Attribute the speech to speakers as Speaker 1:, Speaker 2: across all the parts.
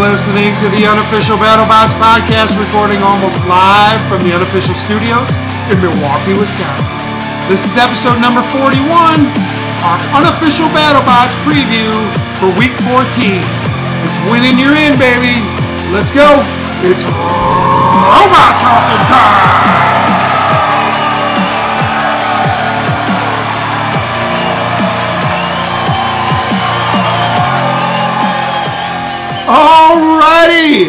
Speaker 1: listening to the unofficial BattleBots podcast, recording almost live from the unofficial studios in Milwaukee, Wisconsin. This is episode number 41, our unofficial BattleBots preview for Week 14. It's winning, you're in, baby. Let's go. It's robot talking time. Alrighty.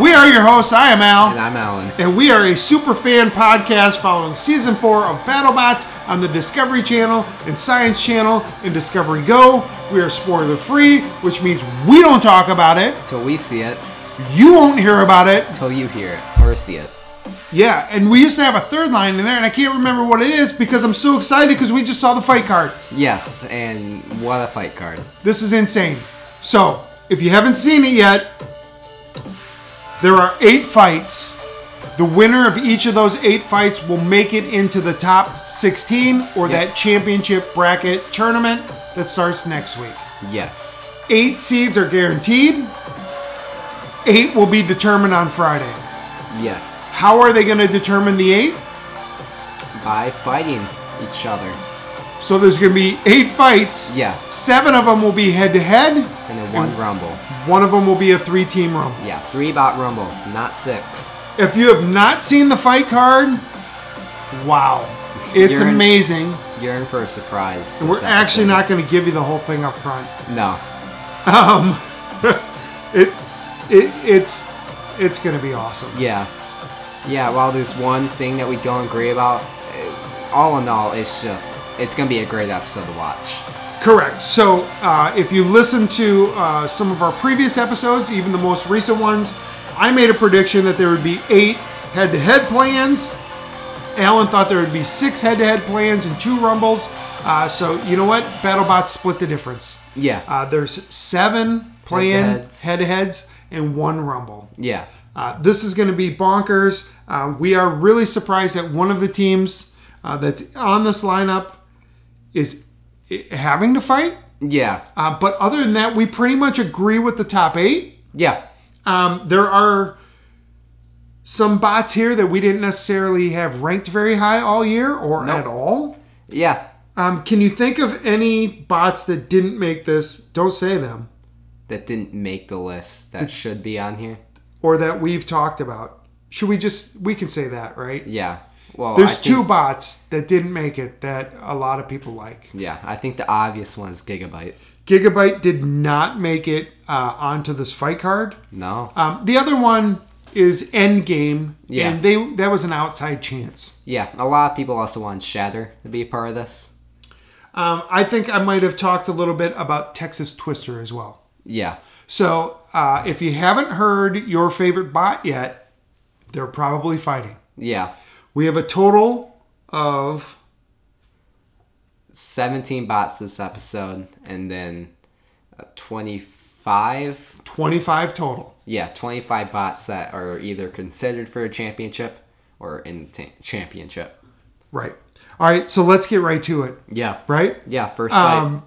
Speaker 1: We are your hosts. I am Al.
Speaker 2: And I'm Alan.
Speaker 1: and we are a super fan podcast following season four of BattleBots on the Discovery Channel and Science Channel and Discovery Go. We are spoiler free, which means we don't talk about it.
Speaker 2: Till we see it,
Speaker 1: You won't hear about it.
Speaker 2: till you hear it, or see it.
Speaker 1: Yeah, and we used to have a third line in there, and I can't remember what it is because I'm so excited because we just saw the fight card.
Speaker 2: Yes, and what a fight card.
Speaker 1: This is insane. So, if you haven't seen it yet, there are eight fights. The winner of each of those eight fights will make it into the top 16 or
Speaker 2: Yep.
Speaker 1: that championship bracket tournament that starts next week.
Speaker 2: Yes.
Speaker 1: Eight seeds are guaranteed, eight will be determined on Friday.
Speaker 2: Yes.
Speaker 1: How are they going to determine the eight?
Speaker 2: By fighting each other.
Speaker 1: So, there's going to be eight fights.
Speaker 2: Yes.
Speaker 1: Seven of them will be head to head,
Speaker 2: And then one rumble.
Speaker 1: one of them will be a three team rumble.
Speaker 2: Yeah, three bot rumble, not six.
Speaker 1: If you have not seen the fight card, wow. It's
Speaker 2: You're in-
Speaker 1: amazing.
Speaker 2: You're in for a surprise.
Speaker 1: We're
Speaker 2: this
Speaker 1: actually
Speaker 2: episode.
Speaker 1: not going to give you the whole thing up front. Um,
Speaker 2: No.
Speaker 1: It, it, it's, it's going to be awesome.
Speaker 2: Yeah. Yeah, while there's one thing that we don't agree about, eh, all in all, it's just, it's gonna be a great episode to watch.
Speaker 1: Correct. So uh, if you listen to uh, some of our previous episodes, even the most recent ones, I made a prediction that there would be eight head to head plans. Alan thought there would be six head to head plans and two rumbles. Uh, so you know what? BattleBots split the difference.
Speaker 2: Yeah.
Speaker 1: Uh, there's seven planned
Speaker 2: Head-to-heads.
Speaker 1: head to heads and one rumble.
Speaker 2: yeah.
Speaker 1: Uh, this is going to be bonkers. Uh, we are really surprised that one of the teams uh, that's on this lineup is i- having to fight.
Speaker 2: Yeah.
Speaker 1: Uh, but other than that, we pretty much agree with the top eight.
Speaker 2: Yeah.
Speaker 1: Um, there are some bots here that we didn't necessarily have ranked very high all year or at all.
Speaker 2: Yeah.
Speaker 1: Um, can you think of any bots that didn't make this? Don't say them.
Speaker 2: that didn't make the list that should be on here.
Speaker 1: or that we've talked about. Should we just we can say that, right?
Speaker 2: Yeah. Well, I
Speaker 1: There's
Speaker 2: think-
Speaker 1: two bots that didn't make it that a lot of people like.
Speaker 2: Yeah, I think the obvious one is Gigabyte.
Speaker 1: Gigabyte did not make it uh, onto this fight card.
Speaker 2: No.
Speaker 1: Um, the other one is Endgame,
Speaker 2: Yeah.
Speaker 1: and they that was an outside chance.
Speaker 2: Yeah, a lot of people also want Shatter to be a part of this.
Speaker 1: Um, I think I might have talked a little bit about Texas Twister as well.
Speaker 2: Yeah.
Speaker 1: So uh, if you haven't heard your favorite bot yet, they're probably fighting.
Speaker 2: Yeah.
Speaker 1: We have a total of
Speaker 2: 17 bots this episode and then uh, 25
Speaker 1: 25 total.
Speaker 2: yeah, 25 bots that are either considered for a championship or in t- championship.
Speaker 1: Right. All right. So let's get right to it.
Speaker 2: Yeah.
Speaker 1: Right. Um,
Speaker 2: Yeah, first fight.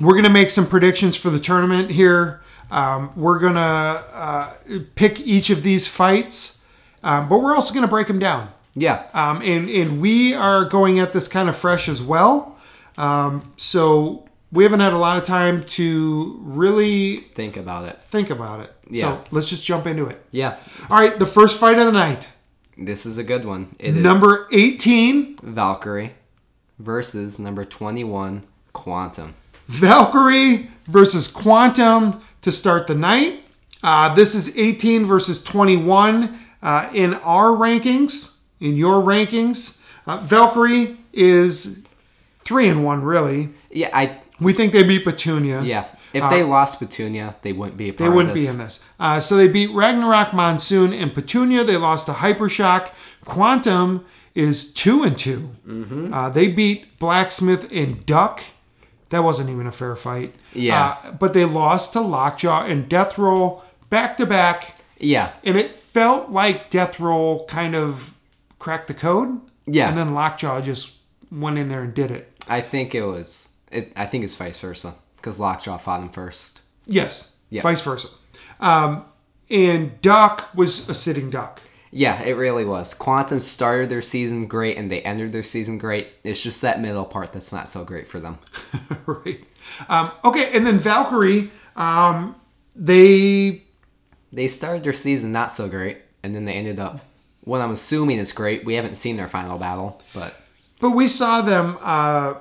Speaker 1: We're gonna make some predictions for the tournament here. Um, we're gonna uh, pick each of these fights, um, but we're also gonna break them down.
Speaker 2: yeah.
Speaker 1: Um, and and we are going at this kind of fresh as well. Um, so we haven't had a lot of time to really
Speaker 2: think about it.
Speaker 1: think about it.
Speaker 2: Yeah.
Speaker 1: So let's just jump into it.
Speaker 2: Yeah.
Speaker 1: All right. The first fight of the night,
Speaker 2: This is a good one. It is
Speaker 1: number eighteen,
Speaker 2: Valkyrie versus number 21 Quantum.
Speaker 1: Valkyrie versus Quantum to start the night. Uh, this is 18 versus 21 uh, in our rankings, in your rankings. Uh, Valkyrie is three and one, really.
Speaker 2: Yeah, I
Speaker 1: We think they beat Petunia.
Speaker 2: yeah. If they lost Petunia, they wouldn't be a part
Speaker 1: Uh, They wouldn't
Speaker 2: of this.
Speaker 1: be in this. Uh, so they beat Ragnarok, Monsoon, and Petunia. They lost to Hypershock. Quantum is two and 2
Speaker 2: Mm-hmm.
Speaker 1: Uh, they beat Blacksmith and Duck. That wasn't even a fair fight.
Speaker 2: Yeah.
Speaker 1: Uh, but they lost to Lockjaw and Death Roll back to back,
Speaker 2: Yeah,
Speaker 1: and it felt like Death Roll kind of cracked the code.
Speaker 2: Yeah.
Speaker 1: And then Lockjaw just went in there and did it.
Speaker 2: I think it was. It, I think it's vice versa because Lockjaw fought him first.
Speaker 1: Yes.
Speaker 2: Yeah.
Speaker 1: Vice versa. Um, and Duck was a sitting duck.
Speaker 2: Yeah, it really was. Quantum started their season great and they ended their season great. It's just that middle part that's not so great for them.
Speaker 1: right. Um, okay, and then Valkyrie, um, they
Speaker 2: They started their season not so great and then they ended up what I'm assuming is great. We haven't seen their final battle, but
Speaker 1: but we saw them uh,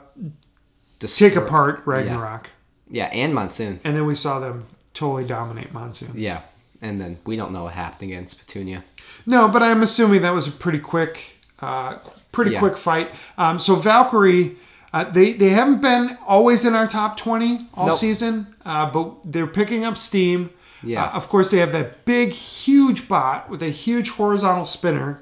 Speaker 2: destroy-
Speaker 1: take apart Ragnarok,
Speaker 2: Yeah, and Monsoon.
Speaker 1: and then we saw them totally dominate Monsoon.
Speaker 2: Yeah. And then we don't know what happened against Petunia.
Speaker 1: No, but I'm assuming that was a pretty quick, uh, pretty
Speaker 2: Yeah.
Speaker 1: quick fight. Um, so Valkyrie, uh, they they haven't been always in our top twenty all
Speaker 2: Nope.
Speaker 1: season, uh, but they're picking up steam.
Speaker 2: Yeah.
Speaker 1: Uh, of course, they have that big, huge bot with a huge horizontal spinner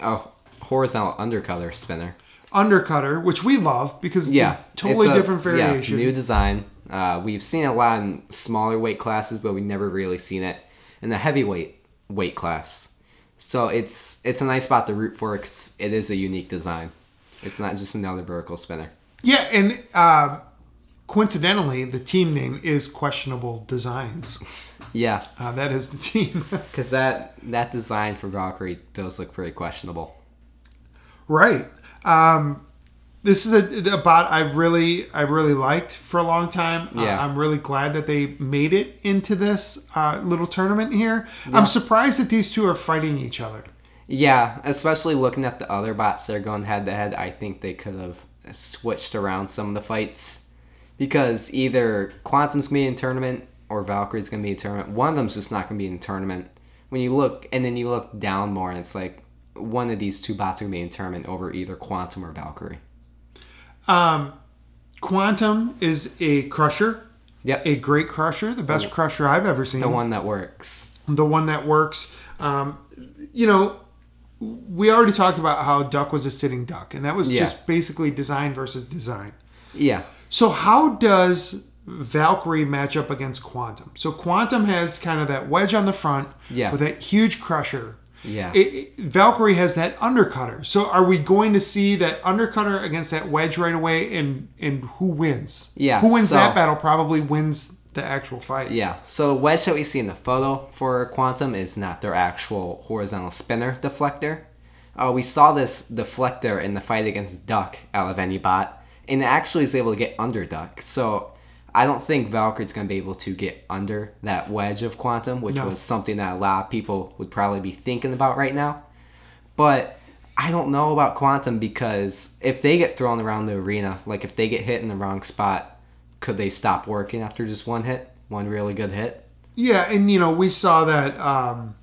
Speaker 2: Oh, horizontal undercutter spinner.
Speaker 1: undercutter, which we love because it's
Speaker 2: Yeah,
Speaker 1: a totally
Speaker 2: it's a-
Speaker 1: different variation.
Speaker 2: Yeah, new design. Uh, we've seen it a lot in smaller weight classes, but we've never really seen it in the heavyweight weight class. So it's it's a nice spot to root for because it is a unique design. It's not just another vertical spinner.
Speaker 1: Yeah, and uh, coincidentally, the team name is Questionable Designs.
Speaker 2: Yeah,
Speaker 1: Uh, that is the team,
Speaker 2: because that that design for Valkyrie does look pretty questionable.
Speaker 1: right? Um, this is a, a bot I really, I really liked for a long time. Uh,
Speaker 2: Yeah.
Speaker 1: I'm really glad that they made it into this uh, little tournament here. I'm surprised that these two are fighting each other.
Speaker 2: Yeah, especially looking at the other bots that are going head to head, I think they could have switched around some of the fights because either Quantum's gonna be in tournament or Valkyrie's gonna be in tournament. One of them's just not gonna be in tournament. When you look and then you look down more, and it's like one of these two bots are gonna be in tournament over either Quantum or Valkyrie.
Speaker 1: Quantum is a crusher,
Speaker 2: Yep,
Speaker 1: a great crusher, the best crusher I've ever seen.
Speaker 2: Oh. the one that works.
Speaker 1: the one that works. Um, you know, we already talked about how Duck was a sitting duck, and that was
Speaker 2: Yeah.
Speaker 1: just basically design versus design.
Speaker 2: Yeah,
Speaker 1: So, how does Valkyrie match up against Quantum? So, Quantum has kind of that wedge on the front
Speaker 2: Yeah.
Speaker 1: with that huge crusher.
Speaker 2: Yeah.
Speaker 1: It, it- Valkyrie has that undercutter. So, are we going to see that undercutter against that wedge right away? And and who wins?
Speaker 2: Yeah,
Speaker 1: Who wins
Speaker 2: so-
Speaker 1: that battle probably wins the actual fight.
Speaker 2: Yeah, so the wedge that we see in the photo for Quantum is not their actual horizontal spinner deflector. Uh, we saw this deflector in the fight against Duck out of any bot, and it actually is able to get under Duck. So I don't think Valkyrie's going to be able to get under that wedge of Quantum, which
Speaker 1: No.
Speaker 2: was something that a lot of people would probably be thinking about right now. But I don't know about Quantum because if they get thrown around the arena, like if they get hit in the wrong spot, could they stop working after just one hit? One really good hit?
Speaker 1: Yeah, and you know we saw that, um,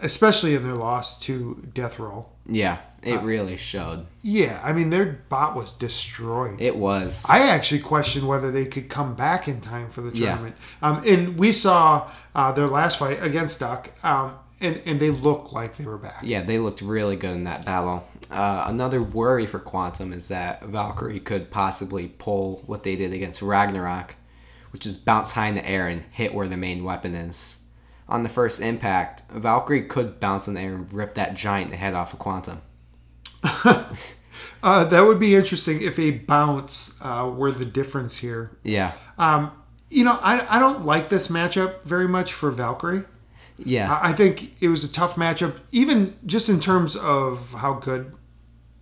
Speaker 1: especially in their loss to Death Roll.
Speaker 2: Yeah, it really showed.
Speaker 1: Yeah, I mean their bot was destroyed.
Speaker 2: It was.
Speaker 1: I actually questioned whether they could come back in time for the
Speaker 2: Yeah.
Speaker 1: tournament. Um, and we saw uh, their last fight against Duck, um, and and they looked like they were back.
Speaker 2: yeah, they looked really good in that battle. Uh, another worry for Quantum is that Valkyrie could possibly pull what they did against Ragnarok, which is bounce high in the air and hit where the main weapon is. On the first impact, Valkyrie could bounce in the air and rip that giant head off of Quantum.
Speaker 1: Uh, that would be interesting if a bounce uh, were the difference here.
Speaker 2: Yeah.
Speaker 1: You know, I, I don't like this matchup very much for Valkyrie.
Speaker 2: Yeah.
Speaker 1: I I think it was a tough matchup, even just in terms of how good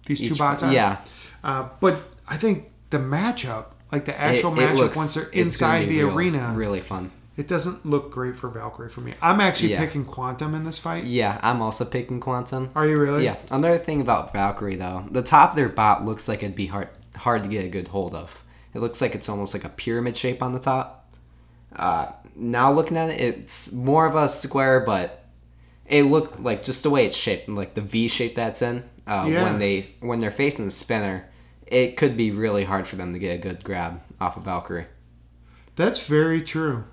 Speaker 1: these two
Speaker 2: Each-
Speaker 1: bots are.
Speaker 2: yeah.
Speaker 1: Uh, but I think the matchup, like the actual matchup, once they're
Speaker 2: it's gonna
Speaker 1: inside
Speaker 2: be
Speaker 1: the
Speaker 2: real-
Speaker 1: arena,
Speaker 2: Really fun.
Speaker 1: it doesn't look great for Valkyrie for me. I'm actually
Speaker 2: Yeah.
Speaker 1: picking Quantum in this fight.
Speaker 2: Yeah, I'm also picking Quantum.
Speaker 1: Are you really?
Speaker 2: Yeah. Another thing about Valkyrie though, the top of their bot looks like it'd be hard hard to get a good hold of. It looks like it's almost like a pyramid shape on the top. Uh, now looking at it, it's more of a square, but it looked like just the way it's shaped, and like the V shape that's in. Uh,
Speaker 1: Yeah.
Speaker 2: When they when they're facing the spinner, it could be really hard for them to get a good grab off of Valkyrie.
Speaker 1: That's very true.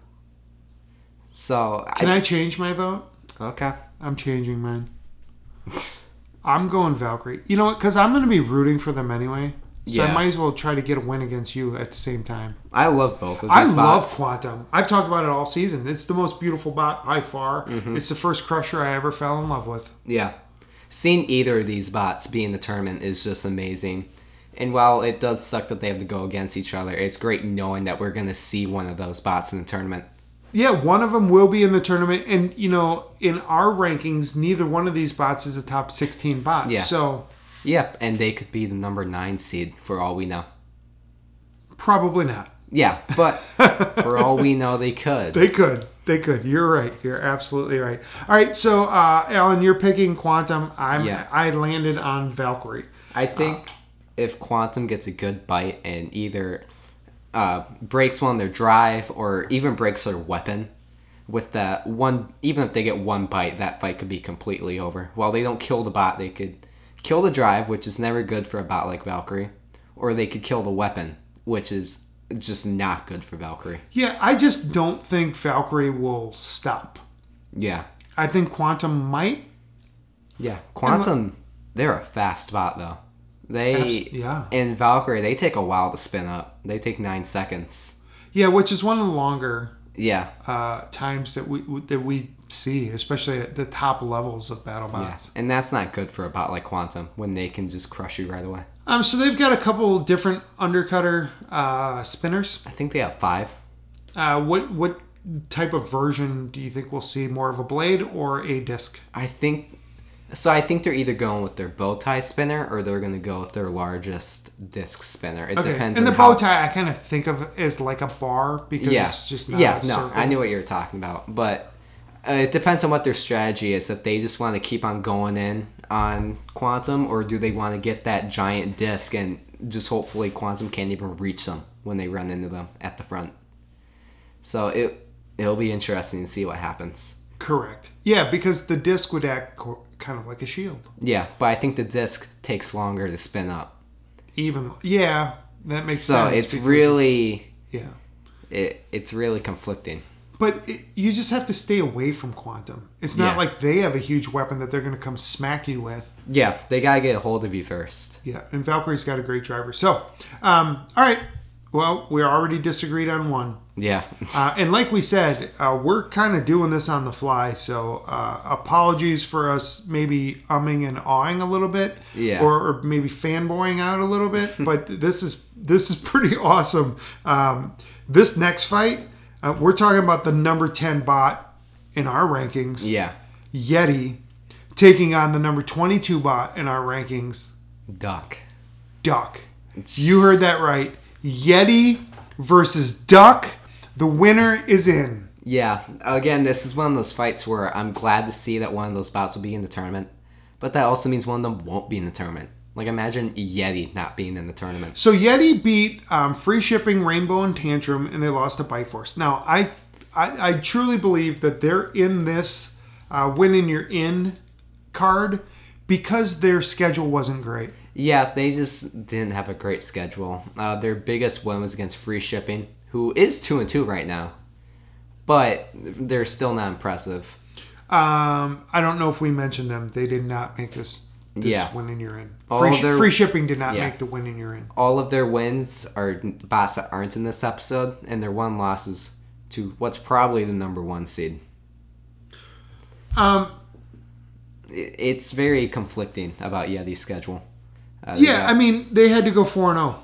Speaker 2: So
Speaker 1: Can I change my vote?
Speaker 2: okay.
Speaker 1: I'm changing mine. I'm going Valkyrie. You know what? Because I'm going to be rooting for them anyway. So I
Speaker 2: Yeah.
Speaker 1: might as well try to get a win against you at the same time.
Speaker 2: I love both of these
Speaker 1: I love
Speaker 2: bots.
Speaker 1: Quantum. I've talked about it all season. It's the most beautiful bot by far.
Speaker 2: Mm-hmm.
Speaker 1: It's the first crusher I ever fell in love with.
Speaker 2: Yeah. Seeing either of these bots be in the tournament is just amazing. And while it does suck that they have to go against each other, it's great knowing that we're going to see one of those bots in the tournament.
Speaker 1: yeah, one of them will be in the tournament, and you know, in our rankings, neither one of these bots is a top sixteen bot.
Speaker 2: Yeah.
Speaker 1: So
Speaker 2: Yep, and they could be the number nine seed for all we know.
Speaker 1: probably not.
Speaker 2: Yeah, but for all we know, they could.
Speaker 1: They could. They could. You're right. You're absolutely right. All right. So, uh, Alan, you're picking Quantum. I'm.
Speaker 2: Yeah.
Speaker 1: I landed on Valkyrie.
Speaker 2: I think if Quantum gets a good bite and either uh, breaks one of their drive or even breaks their weapon with that one, even if they get one bite, that fight could be completely over. While they don't kill the bot, they could kill the drive, which is never good for a bot like Valkyrie, or they could kill the weapon, which is just not good for Valkyrie.
Speaker 1: Yeah, I just don't think Valkyrie will stop.
Speaker 2: Yeah.
Speaker 1: I think Quantum might.
Speaker 2: Yeah, Quantum, they're a fast bot though. They
Speaker 1: uh, Abs- yeah.
Speaker 2: In Valkyrie, they take a while to spin up. They take nine seconds.
Speaker 1: Yeah, which is one of the longer
Speaker 2: Yeah,
Speaker 1: uh, times that we that we see, especially at the top levels of battle
Speaker 2: yeah.
Speaker 1: bots.
Speaker 2: and that's not good for a bot like Quantum when they can just crush you right away.
Speaker 1: Um, so they've got a couple different undercutter uh, spinners.
Speaker 2: I think they have five.
Speaker 1: Uh, what what type of version do you think we'll see more of a blade or a disc?
Speaker 2: I think so. I think they're either going with their bow tie spinner or they're going to go with their largest disc spinner. It
Speaker 1: Okay,
Speaker 2: depends.
Speaker 1: and the
Speaker 2: on how-
Speaker 1: bow tie I kind of think of as like a bar because
Speaker 2: yeah.
Speaker 1: it's just not
Speaker 2: yeah,
Speaker 1: a
Speaker 2: no,
Speaker 1: circle.
Speaker 2: I knew what you were talking about, but uh, it depends on what their strategy is. If they just want to keep on going in on Quantum, or do they want to get that giant disc and just hopefully Quantum can't even reach them when they run into them at the front. So it it'll be interesting to see what happens.
Speaker 1: Correct. Yeah, because the disc would act co- kind of like a shield.
Speaker 2: Yeah, but I think the disc takes longer to spin up,
Speaker 1: Even yeah, that makes
Speaker 2: so
Speaker 1: sense.
Speaker 2: it's
Speaker 1: because
Speaker 2: really
Speaker 1: yeah.
Speaker 2: it, it's really conflicting.
Speaker 1: But it, you just have to stay away from quantum. It's not
Speaker 2: Yeah.
Speaker 1: like they have a huge weapon that they're going to come smack you with.
Speaker 2: Yeah, they gotta get a hold of you first.
Speaker 1: Yeah, and Valkyrie's got a great driver. So, um, all right. Well, we already disagreed on one.
Speaker 2: Yeah.
Speaker 1: Uh, and like we said, uh, we're kind of doing this on the fly, so uh, apologies for us maybe umming and awing a little bit,
Speaker 2: Yeah.
Speaker 1: or, or maybe fanboying out a little bit. but this is this is pretty awesome. Um, this next fight, uh, we're talking about the number ten bot in our rankings,
Speaker 2: yeah.
Speaker 1: Yeti, taking on the number twenty two bot in our rankings,
Speaker 2: Duck.
Speaker 1: Duck. You heard that right, Yeti versus Duck. The winner is in.
Speaker 2: Yeah, again, this is one of those fights where I'm glad to see that one of those bouts will be in the tournament, but that also means one of them won't be in the tournament. Like, imagine Yeti not being in the tournament.
Speaker 1: So Yeti beat um, Free Shipping, Rainbow, and Tantrum, and they lost to Bifrost. Now I, I, I truly believe that they're in this uh, winning your in card because their schedule wasn't great.
Speaker 2: Yeah, they just didn't have a great schedule. Uh, their biggest win was against Free Shipping, who is 2 and 2 right now, but they're still not impressive.
Speaker 1: Um, I don't know if we mentioned them. They did not make this. This
Speaker 2: Yeah.
Speaker 1: winning you're in.
Speaker 2: All
Speaker 1: Free,
Speaker 2: their-
Speaker 1: free shipping did not
Speaker 2: Yeah.
Speaker 1: make the winning you're in.
Speaker 2: All of their wins are bots that aren't in this episode, and their one loss is to what's probably the number one seed.
Speaker 1: Um,
Speaker 2: It- It's very conflicting about Yeti's schedule. Uh, they
Speaker 1: yeah, I mean they had to go four and zero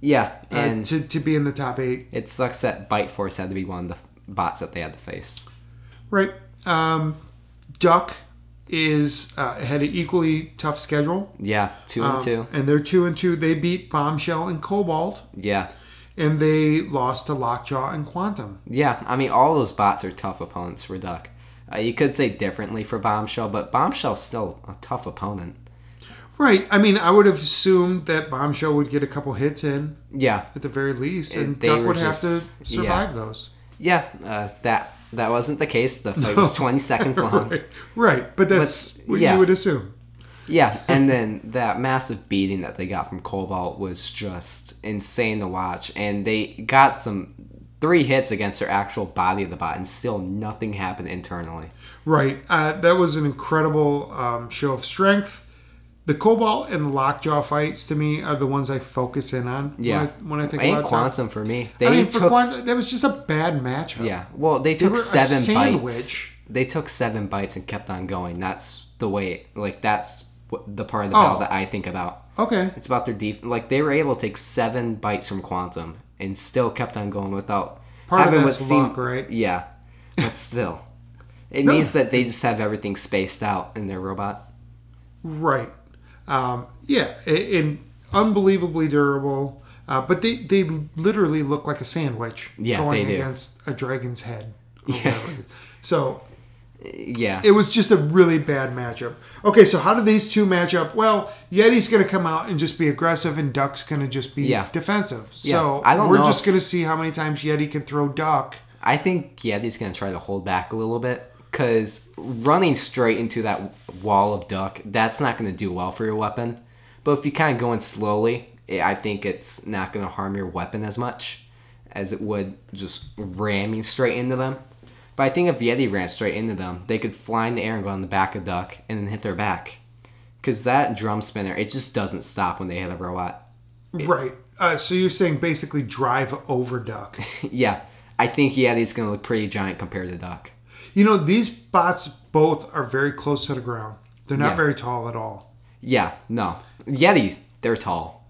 Speaker 2: Yeah, and
Speaker 1: and to to be in the top eight,
Speaker 2: it sucks that Bite Force had to be one of the bots that they had to face.
Speaker 1: right? Um, Duck is uh, had an equally tough schedule.
Speaker 2: Yeah, two
Speaker 1: Um,
Speaker 2: and two.
Speaker 1: And they're two and two. They beat Bombshell and Cobalt,
Speaker 2: Yeah,
Speaker 1: and they lost to Lockjaw and Quantum.
Speaker 2: yeah. I mean, all those bots are tough opponents for Duck. Uh, you could say differently for Bombshell, but Bombshell's still a tough opponent.
Speaker 1: Right. I mean, I would have assumed that Bombshell would get a couple hits in
Speaker 2: Yeah,
Speaker 1: at the very least, and,
Speaker 2: And they
Speaker 1: Duck
Speaker 2: were
Speaker 1: would have to
Speaker 2: just-
Speaker 1: survive those.
Speaker 2: yeah. Uh, that that wasn't the case. The fight was twenty seconds long.
Speaker 1: Right. Right. But that's
Speaker 2: Uh-huh. But,
Speaker 1: what
Speaker 2: yeah.
Speaker 1: you would assume.
Speaker 2: Yeah, and then that massive beating that they got from Cobalt was just insane to watch. And they got some three hits against their actual body of the bot, and still nothing happened internally.
Speaker 1: Right. Uh, that was an incredible um, show of strength. The Cobalt and the Lockjaw fights to me are the ones I focus in on.
Speaker 2: Yeah.
Speaker 1: When I, when I think
Speaker 2: and
Speaker 1: about Duck.
Speaker 2: Quantum for me. They
Speaker 1: I mean,
Speaker 2: took
Speaker 1: for Quantum, that was just a bad matchup.
Speaker 2: yeah. Well, they took
Speaker 1: were a
Speaker 2: seven bites.
Speaker 1: sandwich.
Speaker 2: They took seven bites and kept on going. That's the way. Like that's what, the part of the battle
Speaker 1: Oh.
Speaker 2: that I think about.
Speaker 1: Okay.
Speaker 2: It's about their def. Like they were able to take seven bites from Quantum and still kept on going without
Speaker 1: Part of
Speaker 2: having what
Speaker 1: that's
Speaker 2: seemed
Speaker 1: luck, right?
Speaker 2: yeah But still, it means that they just have everything spaced out in their robot.
Speaker 1: Right. Um, yeah, a- and unbelievably durable. Uh, but they, they literally look like a sandwich
Speaker 2: Yeah,
Speaker 1: going
Speaker 2: they do.
Speaker 1: against a dragon's head. or
Speaker 2: Yeah.
Speaker 1: whatever. So
Speaker 2: Yeah.
Speaker 1: it was just a really bad matchup. Okay, so how do these two match up? Well, Yeti's going to come out and just be aggressive, and Duck's going to just be
Speaker 2: Yeah.
Speaker 1: defensive.
Speaker 2: Yeah,
Speaker 1: So
Speaker 2: I don't
Speaker 1: we're
Speaker 2: know
Speaker 1: just
Speaker 2: if-
Speaker 1: going to see how many times Yeti can throw Duck.
Speaker 2: I think Yeti's gonna try to hold back a little bit because running straight into that wall of duck, that's not gonna do well for your weapon. But if you kind of go in slowly, eh, I think it's not gonna harm your weapon as much as it would just ramming straight into them. But I think if Yeti ran straight into them, they could fly in the air and go on the back of duck and then hit their back. Cause that drum spinner, it just doesn't stop when they hit a robot.
Speaker 1: Right. Uh, so you're saying basically drive over Duck.
Speaker 2: yeah, I think Yeti's gonna look pretty giant compared to duck.
Speaker 1: You know, these bots both are very close to the ground. They're not
Speaker 2: Yeah.
Speaker 1: very tall at all.
Speaker 2: Yeah, no. Yetis, they're tall.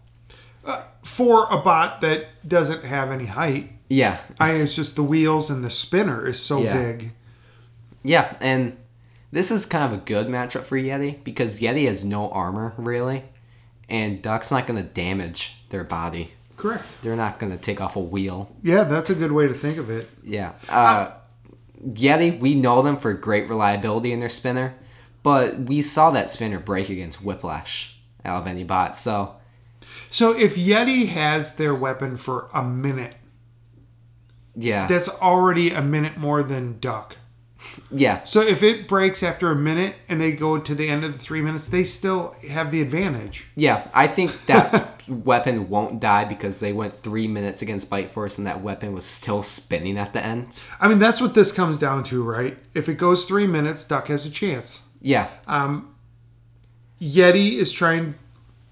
Speaker 1: For a bot that doesn't have any height,
Speaker 2: Yeah.
Speaker 1: I it's just the wheels and the spinner is so
Speaker 2: Yeah.
Speaker 1: big.
Speaker 2: Yeah, and this is kind of a good matchup for Yeti because Yeti has no armor, really, and Duck's not going to damage their body.
Speaker 1: Correct.
Speaker 2: They're not going to take off a wheel.
Speaker 1: Yeah, that's a good way to think of it.
Speaker 2: Yeah. Uh, Yeti, we know them for great reliability in their spinner, but we saw that spinner break against Whiplash out of any bot, so
Speaker 1: So if Yeti has their weapon for a minute,
Speaker 2: yeah.
Speaker 1: that's already a minute more than Duck.
Speaker 2: yeah.
Speaker 1: So if it breaks after a minute and they go to the end of the three minutes, they still have the advantage.
Speaker 2: Yeah, I think that weapon won't die because they went three minutes against Bite Force and that weapon was still spinning at the end.
Speaker 1: I mean, that's what this comes down to, right? If it goes three minutes, Duck has a chance.
Speaker 2: Yeah,
Speaker 1: Oh. Yeti is trying.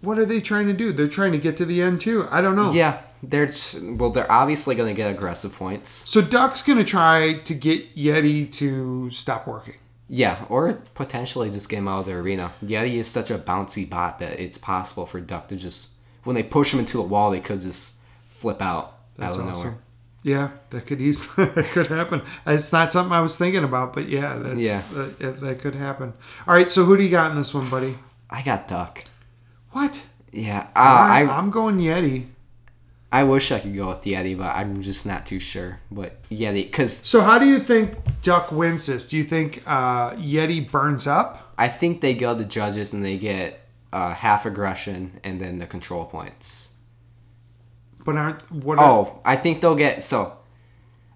Speaker 1: What are they trying to do? They're trying to get to the end too. I don't know.
Speaker 2: yeah, they're t- well, they're obviously gonna get aggressive points.
Speaker 1: So Duck's gonna try to get Yeti to stop working.
Speaker 2: Yeah, or potentially just get him out of the arena. Yeti is such a bouncy bot that it's possible for Duck to just when they push him into the wall, they could just flip out
Speaker 1: That's
Speaker 2: out of
Speaker 1: awesome.
Speaker 2: nowhere.
Speaker 1: Yeah, that could easily that could happen. It's not something I was thinking about, but yeah, that's,
Speaker 2: Yeah.
Speaker 1: that, that- that could happen. All right, so who do you got in this one, buddy?
Speaker 2: I got Duck.
Speaker 1: What?
Speaker 2: Yeah, uh,
Speaker 1: I,
Speaker 2: I
Speaker 1: I'm going Yeti.
Speaker 2: I wish I could go with Yeti, but I'm just not too sure. But Yeti, because
Speaker 1: So how do you think Duck wins this? Do you think uh, Yeti burns up?
Speaker 2: I think they go to judges and they get uh, half aggression and then the control points.
Speaker 1: But aren't what? Are,
Speaker 2: Oh, I think they'll get so.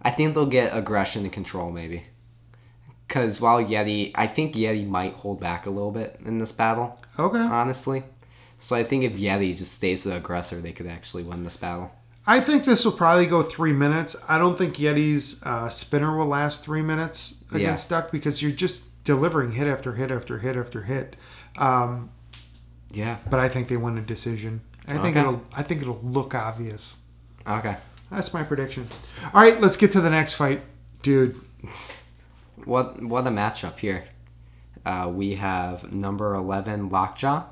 Speaker 2: I think they'll get aggression and control maybe. Cause while Yeti, I think Yeti might hold back a little bit in this battle,
Speaker 1: okay.
Speaker 2: honestly. So I think if Yeti just stays the aggressor, they could actually win this battle.
Speaker 1: I think this will probably go three minutes. I don't think Yeti's uh, spinner will last three minutes against Duck because you're just delivering hit after hit after hit after hit. Um,
Speaker 2: Yeah.
Speaker 1: But I think they win a decision. I think
Speaker 2: Okay.
Speaker 1: it'll. I think it'll look obvious.
Speaker 2: Okay.
Speaker 1: That's my prediction. All right, let's get to the next fight, dude.
Speaker 2: What what a matchup here. Uh, we have number eleven Lockjaw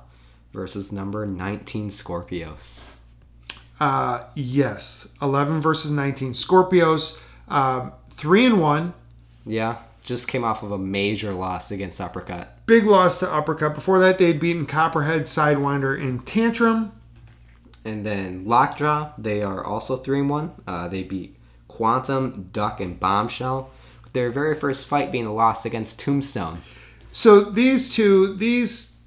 Speaker 2: versus number nineteen Scorpios.
Speaker 1: Uh, yes, eleven versus nineteen. Scorpios, um, three and one.
Speaker 2: Yeah, just came off of a major loss against Uppercut.
Speaker 1: Big loss to Uppercut. Before that, they'd beaten Copperhead, Sidewinder, and Tantrum.
Speaker 2: And then Lockjaw, they are also 3 and 1. Uh, they beat Quantum, Duck, and Bombshell. Their very first fight being a loss against Tombstone.
Speaker 1: So these two, these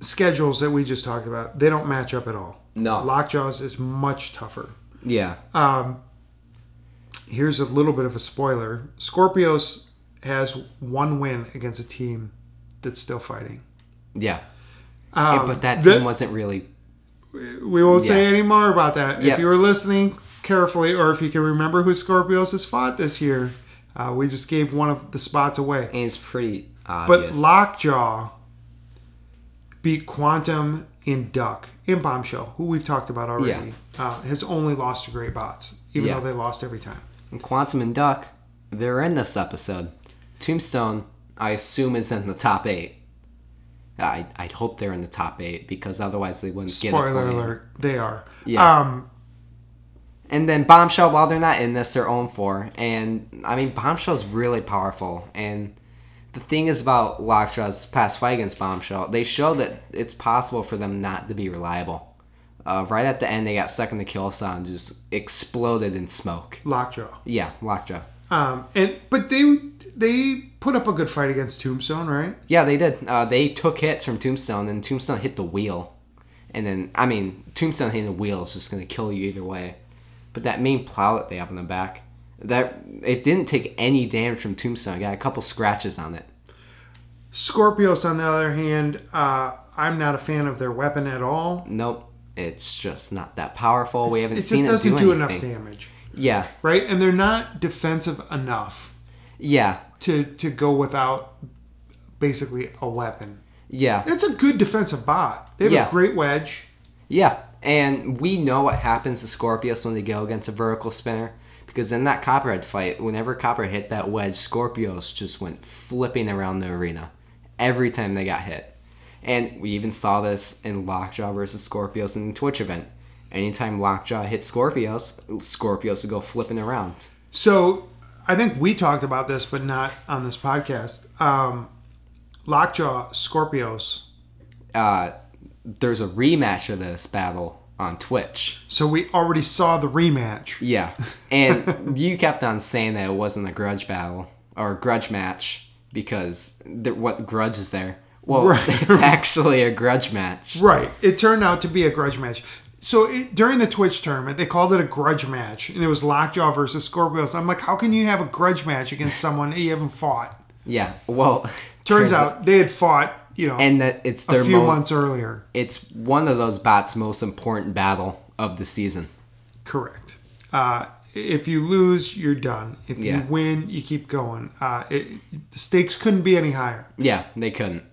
Speaker 1: schedules that we just talked about, they don't match up at all.
Speaker 2: No.
Speaker 1: Lockjaw's is much tougher.
Speaker 2: Yeah.
Speaker 1: Here's a little bit of a spoiler. Scorpios has one win against a team that's still fighting.
Speaker 2: yeah.
Speaker 1: Um,
Speaker 2: And- but that
Speaker 1: the-
Speaker 2: team wasn't really.
Speaker 1: We won't say
Speaker 2: Yeah.
Speaker 1: any more about that.
Speaker 2: Yep.
Speaker 1: If you were listening carefully, or if you can remember who Scorpios has fought this year, uh, we just gave one of the spots away.
Speaker 2: And it's pretty
Speaker 1: But
Speaker 2: obvious.
Speaker 1: Lockjaw beat Quantum and Duck and Bombshell, who we've talked about already, uh, has only lost to Great Bots, even
Speaker 2: Yeah.
Speaker 1: though they lost every time.
Speaker 2: And Quantum and Duck, they're in this episode. Tombstone, I assume, is in the top 8. I, I'd hope they're in the top 8 because otherwise they wouldn't get a
Speaker 1: Spoiler
Speaker 2: point.
Speaker 1: alert, they are.
Speaker 2: Yeah.
Speaker 1: Um,
Speaker 2: And then Bombshell, while they're not in this, they're own four. And I mean, Bombshell's really powerful. And the thing is about Lockjaw's past fight against Bombshell, they show that it's possible for them not to be reliable. Uh, right at the end, they got stuck in the kill cell and just exploded in smoke.
Speaker 1: Lockjaw.
Speaker 2: Yeah, Lockjaw.
Speaker 1: Um, and but they they put up a good fight against Tombstone, right?
Speaker 2: Yeah, they did. Uh, they took hits from Tombstone, and Tombstone hit the wheel. And then, I mean, Tombstone hitting the wheel is just going to kill you either way. But that main plow that they have on the back, that it didn't take any damage from Tombstone. It got a couple scratches on it.
Speaker 1: Scorpios, on the other hand, uh, I'm not a fan of their weapon at all.
Speaker 2: Nope, it's just not that powerful. We haven't
Speaker 1: It
Speaker 2: seen
Speaker 1: just doesn't
Speaker 2: it
Speaker 1: do
Speaker 2: do
Speaker 1: enough
Speaker 2: anything.
Speaker 1: damage,
Speaker 2: Yeah,
Speaker 1: right? And they're not defensive enough
Speaker 2: yeah,
Speaker 1: to to go without basically a weapon.
Speaker 2: yeah.
Speaker 1: It's a good defensive bot. They have
Speaker 2: Yeah.
Speaker 1: a great wedge.
Speaker 2: Yeah, and we know what happens to Scorpius when they go against a vertical spinner because in that Copperhead fight, whenever Copper hit that wedge, Scorpios just went flipping around the arena every time they got hit. And we even saw this in Lockjaw versus Scorpios in the Twitch event. Anytime Lockjaw hit Scorpios, Scorpios would go flipping around.
Speaker 1: So I think we talked about this, but not on this podcast. Um, Lockjaw Scorpios.
Speaker 2: Uh, there's a rematch of this battle on Twitch.
Speaker 1: So we already saw the rematch.
Speaker 2: Yeah, and you kept on saying that it wasn't a grudge battle or a grudge match because th- what grudge is there? Well,
Speaker 1: Right.
Speaker 2: it's actually a grudge match.
Speaker 1: Right. It turned out to be a grudge match. So it, during the Twitch tournament, they called it a grudge match, and it was Lockjaw versus Scorpios. I'm like, how can you have a grudge match against someone that you haven't fought?
Speaker 2: Yeah. Well,
Speaker 1: Turns out they had fought, you know,
Speaker 2: and that it's
Speaker 1: a
Speaker 2: their
Speaker 1: few
Speaker 2: mo-
Speaker 1: months earlier.
Speaker 2: It's one of those bots' most important battle of the season.
Speaker 1: Correct. Uh, if you lose, you're done. If
Speaker 2: Yeah.
Speaker 1: you win, you keep going. Uh, it, the stakes couldn't be any higher.
Speaker 2: Yeah, they couldn't.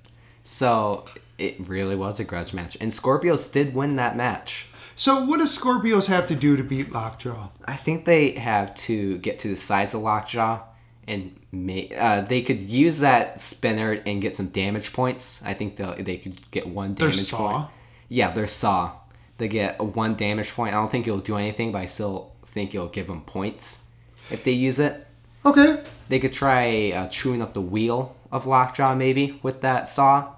Speaker 2: So it really was a grudge match, and Scorpios did win that match.
Speaker 1: So what does Scorpios have to do to beat Lockjaw?
Speaker 2: I think they have to get to the sides of Lockjaw and make. Uh, they could use that spinner and get some damage points. I think they they could get one damage
Speaker 1: saw?
Speaker 2: point. Yeah, their saw. They get a one damage point. I don't think it'll do anything, but I still think it'll give them points if they use it.
Speaker 1: Okay.
Speaker 2: They could try uh, chewing up the wheel of Lockjaw maybe with that saw.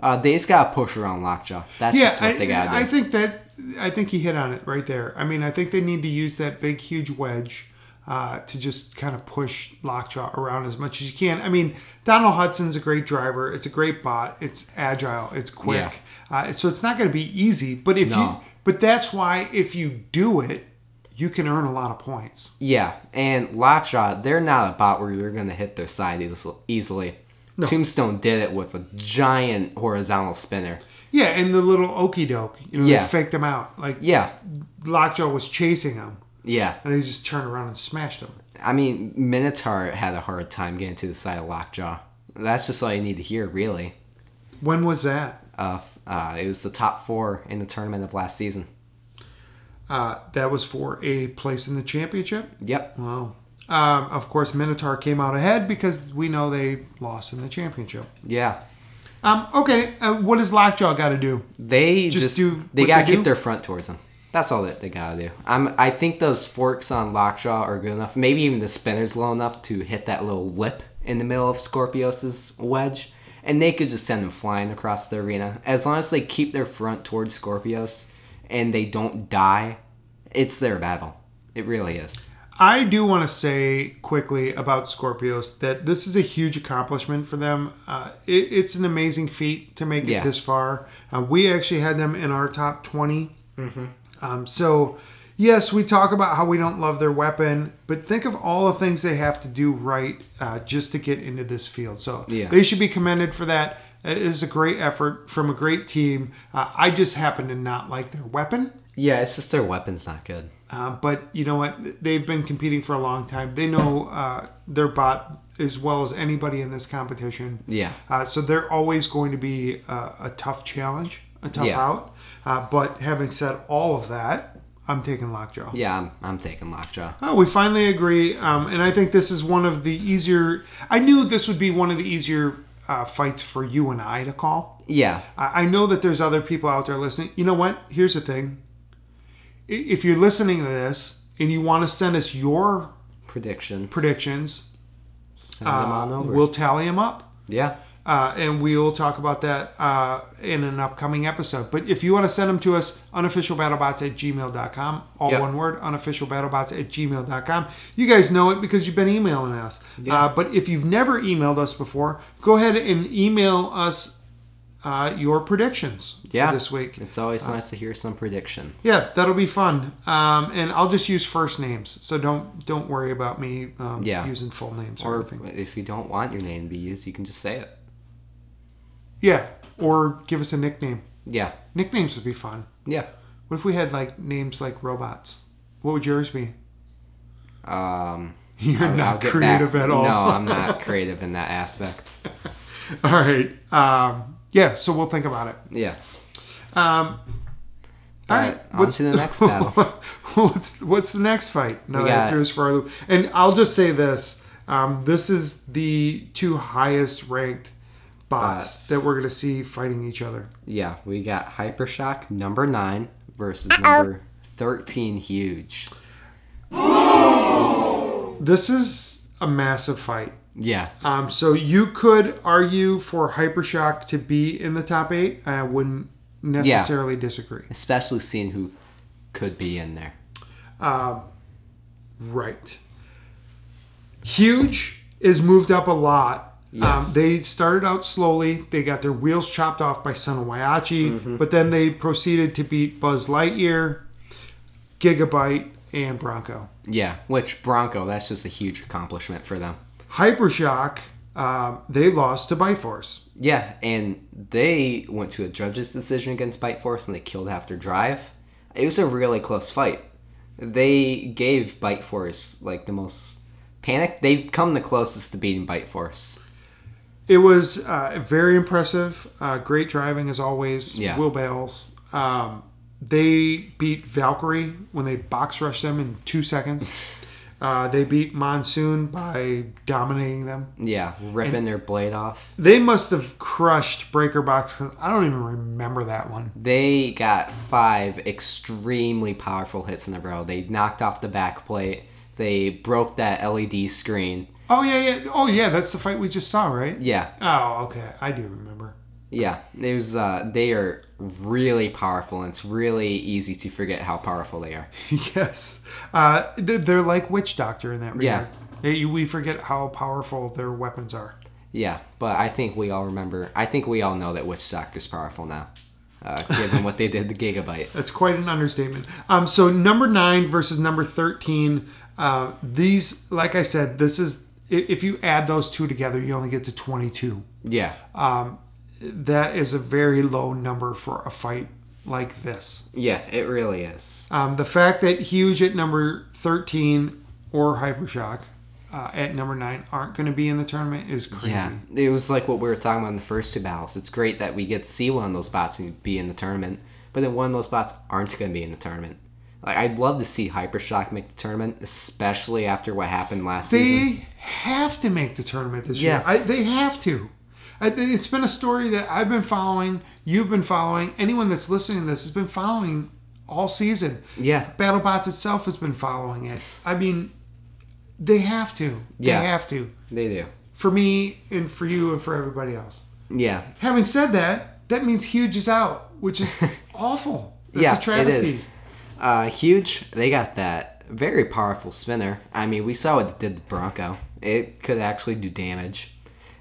Speaker 2: Uh, they just gotta push around Lockjaw. That's
Speaker 1: Yeah,
Speaker 2: just what they gotta do.
Speaker 1: I, I think that I think he hit on it right there. I mean, I think they need to use that big, huge wedge uh, to just kind of push Lockjaw around as much as you can. I mean, Donald Hudson's a great driver. It's a great bot. It's agile. It's quick. Uh, so it's not going to be easy. But if you,
Speaker 2: No.
Speaker 1: but that's why if you do it, you can earn a lot of points.
Speaker 2: Yeah, and Lockjaw, they're not a bot where you're going to hit their side eas- easily. Tombstone did it with a giant horizontal spinner.
Speaker 1: Yeah, and the little okey doke, you know,
Speaker 2: Yeah.
Speaker 1: they faked him out. Like
Speaker 2: Yeah,
Speaker 1: Lockjaw was chasing him,
Speaker 2: yeah.
Speaker 1: and they just turned around and smashed him.
Speaker 2: I mean, Minotaur had a hard time getting to the side of Lockjaw. That's just all you need to hear, really.
Speaker 1: When was that?
Speaker 2: Uh, f- uh, it was the top four in the tournament of last season.
Speaker 1: Uh, that was for a place in the championship.
Speaker 2: Yep.
Speaker 1: Wow. Um, of course, Minotaur came out ahead because we know they lost in the championship.
Speaker 2: Yeah.
Speaker 1: Um, okay, uh, what does Lockjaw got to do?
Speaker 2: They
Speaker 1: Just
Speaker 2: just,
Speaker 1: do
Speaker 2: they
Speaker 1: what
Speaker 2: gotta
Speaker 1: they
Speaker 2: keep
Speaker 1: do?
Speaker 2: their front towards them. That's all that they gotta do. I'm I think those forks on Lockjaw are good enough. Maybe even the spinner's low enough to hit that little lip in the middle of Scorpios' wedge. And they could just send them flying across the arena. As long as they keep their front towards Scorpios and they don't die, it's their battle. It really is.
Speaker 1: I do want to say quickly about Scorpios that this is a huge accomplishment for them. Uh, it, it's an amazing feat to make
Speaker 2: Yeah.
Speaker 1: it this far. Uh, we actually had them in our top 20.
Speaker 2: Mm-hmm.
Speaker 1: Um, so, yes, we talk about how we don't love their weapon, but think of all the things they have to do right uh, just to get into this field. So,
Speaker 2: Yeah.
Speaker 1: they should be commended for that. It is a great effort from a great team. Uh, I just happen to not like their weapon.
Speaker 2: Yeah, it's just their weapon's not good.
Speaker 1: Uh, but you know what? They've been competing for a long time. They know uh, their bot as well as anybody in this competition.
Speaker 2: Yeah.
Speaker 1: Uh, so they're always going to be uh, a tough challenge, a tough
Speaker 2: Yeah.
Speaker 1: out. Uh, but having said all of that, I'm taking Lockjaw.
Speaker 2: Yeah, I'm, I'm taking Lockjaw.
Speaker 1: Oh, we finally agree. Um, and I think this is one of the easier. I knew this would be one of the easier uh, fights for you and I to call.
Speaker 2: Yeah.
Speaker 1: I, I know that there's other people out there listening. You know what? Here's the thing. I- If you're listening to this and you want to send us your
Speaker 2: Predictions.
Speaker 1: predictions,
Speaker 2: Send them
Speaker 1: uh,
Speaker 2: on over.
Speaker 1: we'll tally them up.
Speaker 2: yeah.
Speaker 1: Uh, and we'll talk about that uh, in an upcoming episode. But if you want to send them to us, unofficialbattlebots at gmail.com, all
Speaker 2: Yep.
Speaker 1: one word, unofficialbattlebots at gmail.com. You guys know it because you've been emailing us. Uh, but if you've never emailed us before, go ahead and email us uh, your predictions
Speaker 2: Yeah.
Speaker 1: for this week.
Speaker 2: It's always nice to hear some predictions.
Speaker 1: Yeah, that'll be fun. Um, and I'll just use first names, so don't don't worry about me um,
Speaker 2: Yeah.
Speaker 1: using full names or,
Speaker 2: Or
Speaker 1: anything.
Speaker 2: if you don't want your name to be used, you can just say it.
Speaker 1: Yeah, or give us a nickname.
Speaker 2: Yeah.
Speaker 1: Nicknames would be fun.
Speaker 2: Yeah.
Speaker 1: What if we had like names like robots? What would yours be?
Speaker 2: Um,
Speaker 1: You're
Speaker 2: I'll- I'll
Speaker 1: not
Speaker 2: get
Speaker 1: creative
Speaker 2: back-
Speaker 1: at all.
Speaker 2: No, I'm not creative in that aspect.
Speaker 1: all right. Um, yeah. So we'll think about it.
Speaker 2: Yeah.
Speaker 1: Um, all right.
Speaker 2: on to the next battle.
Speaker 1: what's what's the next fight? No,
Speaker 2: We
Speaker 1: that
Speaker 2: got-
Speaker 1: threw us for a loop. And I'll just say this: um, this is the two highest ranked bots
Speaker 2: Bots.
Speaker 1: that we're going to see fighting each other.
Speaker 2: Yeah, we got Hypershock number nine versus number thirteen. Huge.
Speaker 1: This is a massive fight.
Speaker 2: Yeah.
Speaker 1: Um, so you could argue for Hypershock to be in the top eight. I wouldn't necessarily disagree.
Speaker 2: especially seeing who could be in there.
Speaker 1: Right. Huge is moved up a lot. Um,
Speaker 2: Yes.
Speaker 1: they started out slowly. They got their wheels chopped off by Son of Waiachi, but then they proceeded to beat Buzz Lightyear, Gigabyte, and Bronco.
Speaker 2: Yeah, which Bronco, that's just a huge accomplishment for them.
Speaker 1: Hypershock, um, they lost to Byforce.
Speaker 2: Yeah, and they went to a judge's decision against Bite Force and they killed after drive. It was a really close fight. They gave Bite Force like the most panic. They've come the closest to beating Bite Force.
Speaker 1: It was uh, very impressive. Uh, great driving as always.
Speaker 2: Yeah.
Speaker 1: Will Bales. Um, they beat Valkyrie when they box rushed them in two seconds. uh, they beat Monsoon by dominating them.
Speaker 2: Yeah, ripping their blade off.
Speaker 1: They must have crushed Breaker Box. 'cause I don't even remember that one.
Speaker 2: They got five extremely powerful hits in a row. They knocked off the back plate. They broke that LED screen.
Speaker 1: Oh yeah, yeah. Oh yeah, that's the fight we just saw, right?
Speaker 2: Yeah,
Speaker 1: Oh okay, I do remember.
Speaker 2: Yeah, there's uh, they are really powerful, and it's really easy to forget how powerful they are.
Speaker 1: yes, uh, they're they're like Witch Doctor in that regard.
Speaker 2: Yeah.
Speaker 1: They- we forget how powerful their weapons are.
Speaker 2: Yeah, but I think we all remember. I think we all know that Witch Doctor's powerful now, uh, given what they did to Gigabyte.
Speaker 1: That's quite an understatement. Um, so number nine versus number thirteen. Uh, these, like I said, this is i- if you add those two together, you only get to twenty-two.
Speaker 2: Yeah,
Speaker 1: That is a very low number for a fight like this.
Speaker 2: yeah, it really is.
Speaker 1: Um, the fact that Huge at number thirteen or Hypershock uh, at number nine aren't going to be in the tournament is crazy.
Speaker 2: Yeah, it was like what we were talking about in the first two battles. It's great that we get to see one of those bots and be in the tournament, but then one of those bots aren't going to be in the tournament. Like I'd love to see Hypershock make the tournament, especially after what happened last season.
Speaker 1: They have to make the tournament this year.
Speaker 2: Yeah.
Speaker 1: I, they have to. I, it's been a story that I've been following, you've been following, anyone that's listening to this has been following all season.
Speaker 2: Yeah,
Speaker 1: BattleBots itself has been following it. I mean, they have to.
Speaker 2: Yeah.
Speaker 1: They have to.
Speaker 2: they do.
Speaker 1: For me and for you and for everybody else.
Speaker 2: Yeah,
Speaker 1: Having said that, that means Huge is out, which is awful. That's a travesty.
Speaker 2: It is. Uh, huge. They got that very powerful spinner. I mean, we saw what it did to Bronco. It could actually do damage.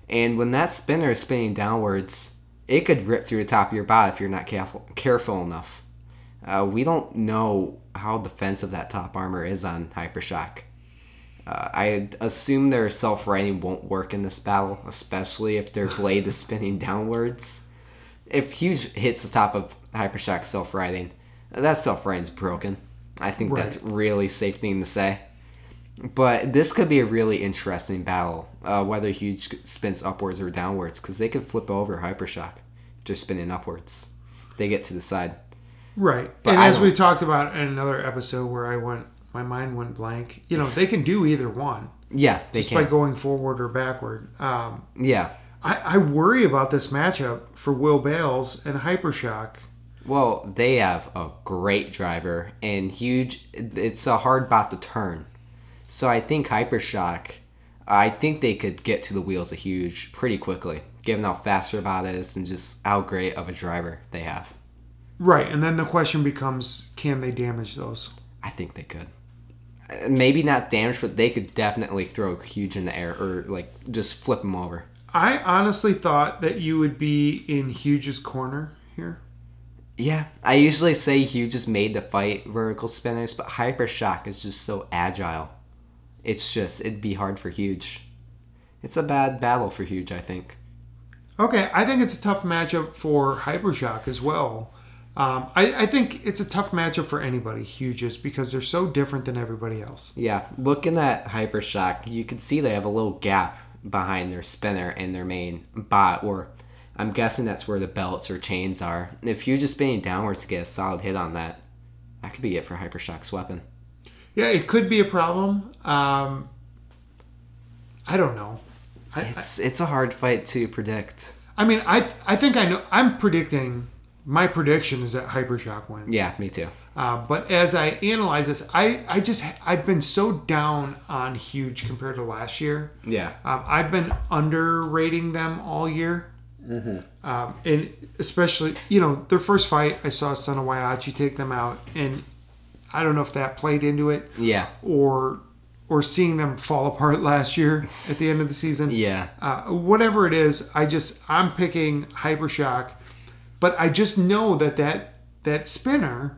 Speaker 2: And when that spinner is spinning downwards, it could rip through the top of your bot if you're not careful careful enough. Uh, we don't know how defensive that top armor is on Hypershock. Uh, I assume their self righting won't work in this battle, especially if their blade is spinning downwards. If Huge hits the top of Hypershock self righting, that self righting's broken. I think that's really safe thing to say. But this could be a really interesting battle, uh, whether Huge spins upwards or downwards, because they could flip over Hypershock if they're spinning upwards. They get to the side.
Speaker 1: Right. and
Speaker 2: I
Speaker 1: as we
Speaker 2: don't-
Speaker 1: talked about in another episode where I went, my mind went blank, you know, they can do either one
Speaker 2: Yeah, they
Speaker 1: just by
Speaker 2: can.
Speaker 1: going forward or backward. Um,
Speaker 2: Yeah,
Speaker 1: I, I worry about this matchup for Will Bales and Hypershock.
Speaker 2: Well, they have a great driver and huge. It's a hard bot to turn, so I think Hypershock. I think they could get to the wheels of Huge pretty quickly, given how fast their bot is and just how great of a driver they have.
Speaker 1: Right, and then the question becomes can they damage those?
Speaker 2: I think they could. Uh, Maybe not damage, but they could definitely throw Huge in the air or like just flip him over.
Speaker 1: I honestly thought that you would be in Huge's corner here.
Speaker 2: Yeah, I usually say Hugh just made to fight vertical spinners, but Hypershock is just so agile. It's just it'd be hard for Huge. It's a bad battle for Huge, I think.
Speaker 1: Okay, I think it's a tough matchup for Hypershock as well. Um, I, I think it's a tough matchup for anybody, Huge's, because they're so different than everybody else.
Speaker 2: Yeah, looking at Hypershock, you can see they have a little gap behind their spinner and their main bot, or I'm guessing that's where the belts or chains are. If Huge is spinning downward to get a solid hit on that, that could be it for Hypershock's weapon.
Speaker 1: Yeah, it could be a problem. Um, I don't know. I,
Speaker 2: It's it's a hard fight to predict.
Speaker 1: I mean, I I think I know. I'm predicting. My prediction is that Hypershock wins.
Speaker 2: Yeah, me too.
Speaker 1: Uh, but as I analyze this, I I just I've been so down on huge compared to last year.
Speaker 2: Yeah.
Speaker 1: Um, I've been underrating them all year. Um, and especially, you know, their first fight, I saw Sanawayachi take them out, and I don't know if that played into it
Speaker 2: Yeah.
Speaker 1: or or seeing them fall apart last year at the end of the season.
Speaker 2: Yeah.
Speaker 1: Uh, whatever it is, I just I'm picking Hypershock, but I just know that that that spinner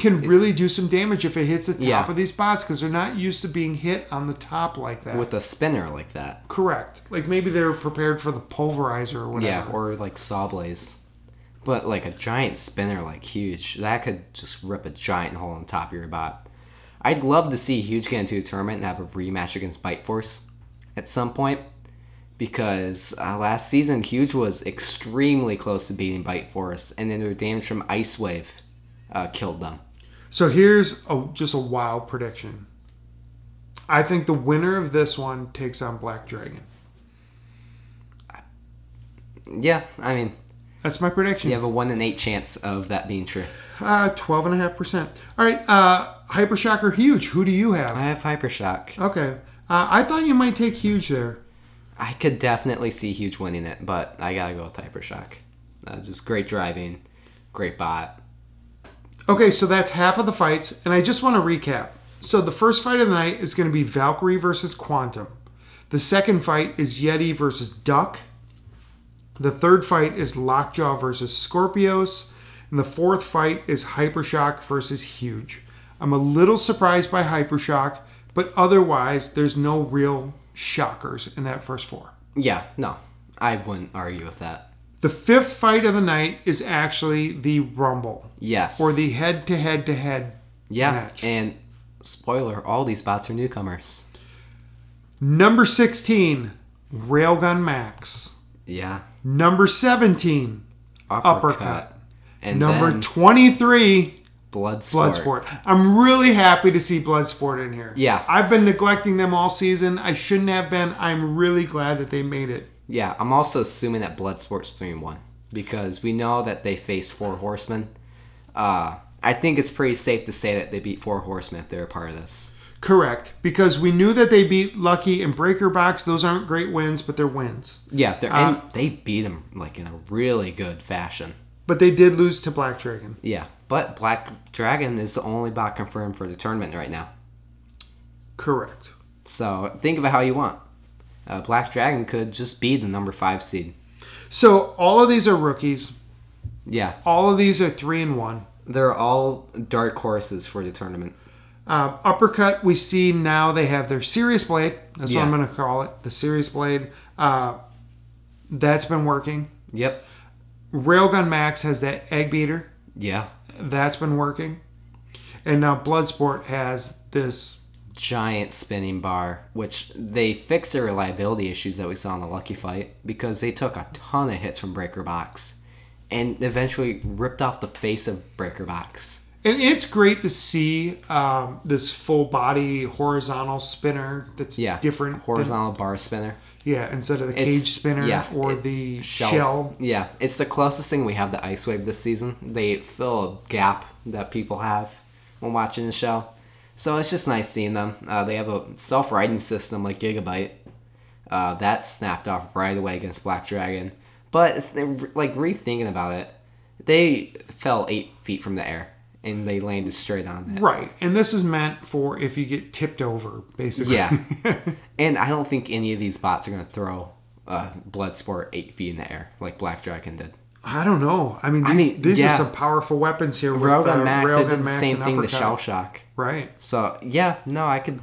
Speaker 1: can really do some damage if it hits the top
Speaker 2: Yeah.
Speaker 1: of these spots because they're not used to being hit on the top like that.
Speaker 2: With a spinner like that.
Speaker 1: Correct. Like maybe they're prepared for the pulverizer or whatever.
Speaker 2: Yeah, or like saw blades. But like a giant spinner, like huge, that could just rip a giant hole on top of your bot. I'd love to see Huge get into a tournament and have a rematch against Bite Force at some point. Because uh, last season, Huge was extremely close to beating Bite Force, and then their damage from Ice Wave uh, killed them.
Speaker 1: So here's a, just a wild prediction. I think the winner of this one takes on Black Dragon.
Speaker 2: Yeah, I mean,
Speaker 1: That's my prediction.
Speaker 2: you have a 1 in 8 chance of that being true.
Speaker 1: Uh, 12.5%. All right. Uh, Hypershock or Huge? Who do you
Speaker 2: I
Speaker 1: have?
Speaker 2: have Hypershock.
Speaker 1: Okay. Uh, I thought you might take Huge there.
Speaker 2: I could definitely see Huge winning it, but I gotta go with Hypershock. Uh, just great driving, great bot.
Speaker 1: Okay, so that's half of the fights, and I just want to recap. So the first fight of the night is going to be Valkyrie versus Quantum. The second fight is Yeti versus Duck. The third fight is Lockjaw versus Scorpios, and the fourth fight is Hypershock versus Huge. I'm a little surprised by Hypershock, but otherwise there's no real shockers in that first four.
Speaker 2: Yeah, no, I wouldn't argue with that.
Speaker 1: The fifth fight of the night is actually the Rumble
Speaker 2: Yes.
Speaker 1: or the head to head to head
Speaker 2: yeah,
Speaker 1: match.
Speaker 2: and spoiler: all these bots are newcomers.
Speaker 1: Number 16, Railgun Max.
Speaker 2: Yeah.
Speaker 1: Number 17, Uppercut.
Speaker 2: And
Speaker 1: Number
Speaker 2: then
Speaker 1: 23,
Speaker 2: blood sport.
Speaker 1: Bloodsport. I'm really happy to see Bloodsport in here.
Speaker 2: Yeah.
Speaker 1: I've been neglecting them all season. I shouldn't have been. I'm really glad that they made it.
Speaker 2: Yeah, I'm also assuming that Bloodsport's three and one because we know that they face four horsemen. Uh, I think it's pretty safe to say that they beat four horsemen if they're a part of this.
Speaker 1: Correct. Because we knew that they beat Lucky and Breaker Box. Those aren't great wins, but they're wins.
Speaker 2: Yeah, they're, and they beat him like in a really good fashion.
Speaker 1: But they did lose to Black Dragon.
Speaker 2: Yeah, but Black Dragon is the only bot confirmed for the tournament right now.
Speaker 1: Correct.
Speaker 2: So think of it how you want. Uh, Black Dragon could just be the number five seed.
Speaker 1: So all of these are rookies.
Speaker 2: Yeah,
Speaker 1: All of these are three and one.
Speaker 2: they're all dark horses for the tournament.
Speaker 1: Um, uppercut, we see now they have their serious blade. That's
Speaker 2: Yeah.
Speaker 1: what I'm going to call it. The serious blade. Uh, that's been working.
Speaker 2: Yep.
Speaker 1: Railgun Max has that egg beater.
Speaker 2: Yeah.
Speaker 1: That's been working. And now Bloodsport has this.
Speaker 2: Giant spinning bar, which they fixed their reliability issues that we saw in the Lucky fight because they took a ton of hits from Breaker Box and eventually ripped off the face of Breaker Box.
Speaker 1: And it's great to see um, this full body horizontal spinner that's
Speaker 2: Yeah.
Speaker 1: different. than-
Speaker 2: horizontal bar spinner.
Speaker 1: Yeah, instead of the
Speaker 2: It's-
Speaker 1: cage spinner
Speaker 2: yeah,
Speaker 1: or
Speaker 2: it-
Speaker 1: the
Speaker 2: Shells.
Speaker 1: shell.
Speaker 2: Yeah, it's the closest thing we have to Ice Wave this season. They fill a gap that people have when watching the show. So it's just nice seeing them. Uh, they have a self riding system like Gigabyte. Uh, that snapped off right away against Black Dragon. But if they- like rethinking about it, they fell eight feet from the air and they landed straight on it.
Speaker 1: Right. And this is meant for if you get tipped over, basically.
Speaker 2: Yeah. and I don't think any of these bots are gonna throw uh, Bloodsport eight feet in the air like Black Dragon did.
Speaker 1: I don't know. I mean, these,
Speaker 2: mean,
Speaker 1: these
Speaker 2: yeah.
Speaker 1: are some powerful weapons here. With,
Speaker 2: Rogan
Speaker 1: uh,
Speaker 2: Max they
Speaker 1: Railgun
Speaker 2: did the
Speaker 1: Max
Speaker 2: same
Speaker 1: and
Speaker 2: thing to
Speaker 1: Uppercut.
Speaker 2: Shell Shock.
Speaker 1: Right.
Speaker 2: So yeah, no, I could,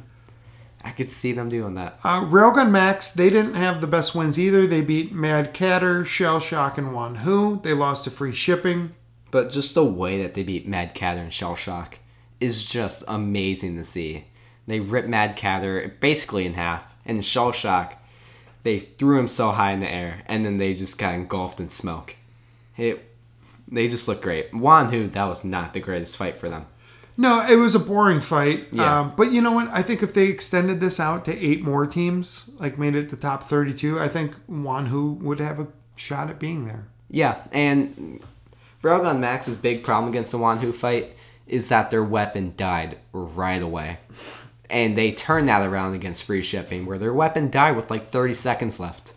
Speaker 2: I could see them doing that.
Speaker 1: Uh, Railgun Max, they didn't have the best wins either. They beat Mad Catter, Shell Shock, and Wan Hu. They lost to Free Shipping.
Speaker 2: But just the way that they beat Mad Catter and Shell Shock is just amazing to see. They ripped Mad Catter basically in half, and Shell Shock, they threw him so high in the air, and then they just got engulfed in smoke. It, they just looked great. Wanhu, that was not the greatest fight for them.
Speaker 1: No, it was a boring fight.
Speaker 2: Yeah.
Speaker 1: Um, but you know what? I think if they extended this out to eight more teams, like made it the top 32, I think Wan Hu would have a shot at being there.
Speaker 2: Yeah, and Railgun Max's big problem against the Wanhu fight is that their weapon died right away. And they turned that around against free shipping, where their weapon died with like 30 seconds left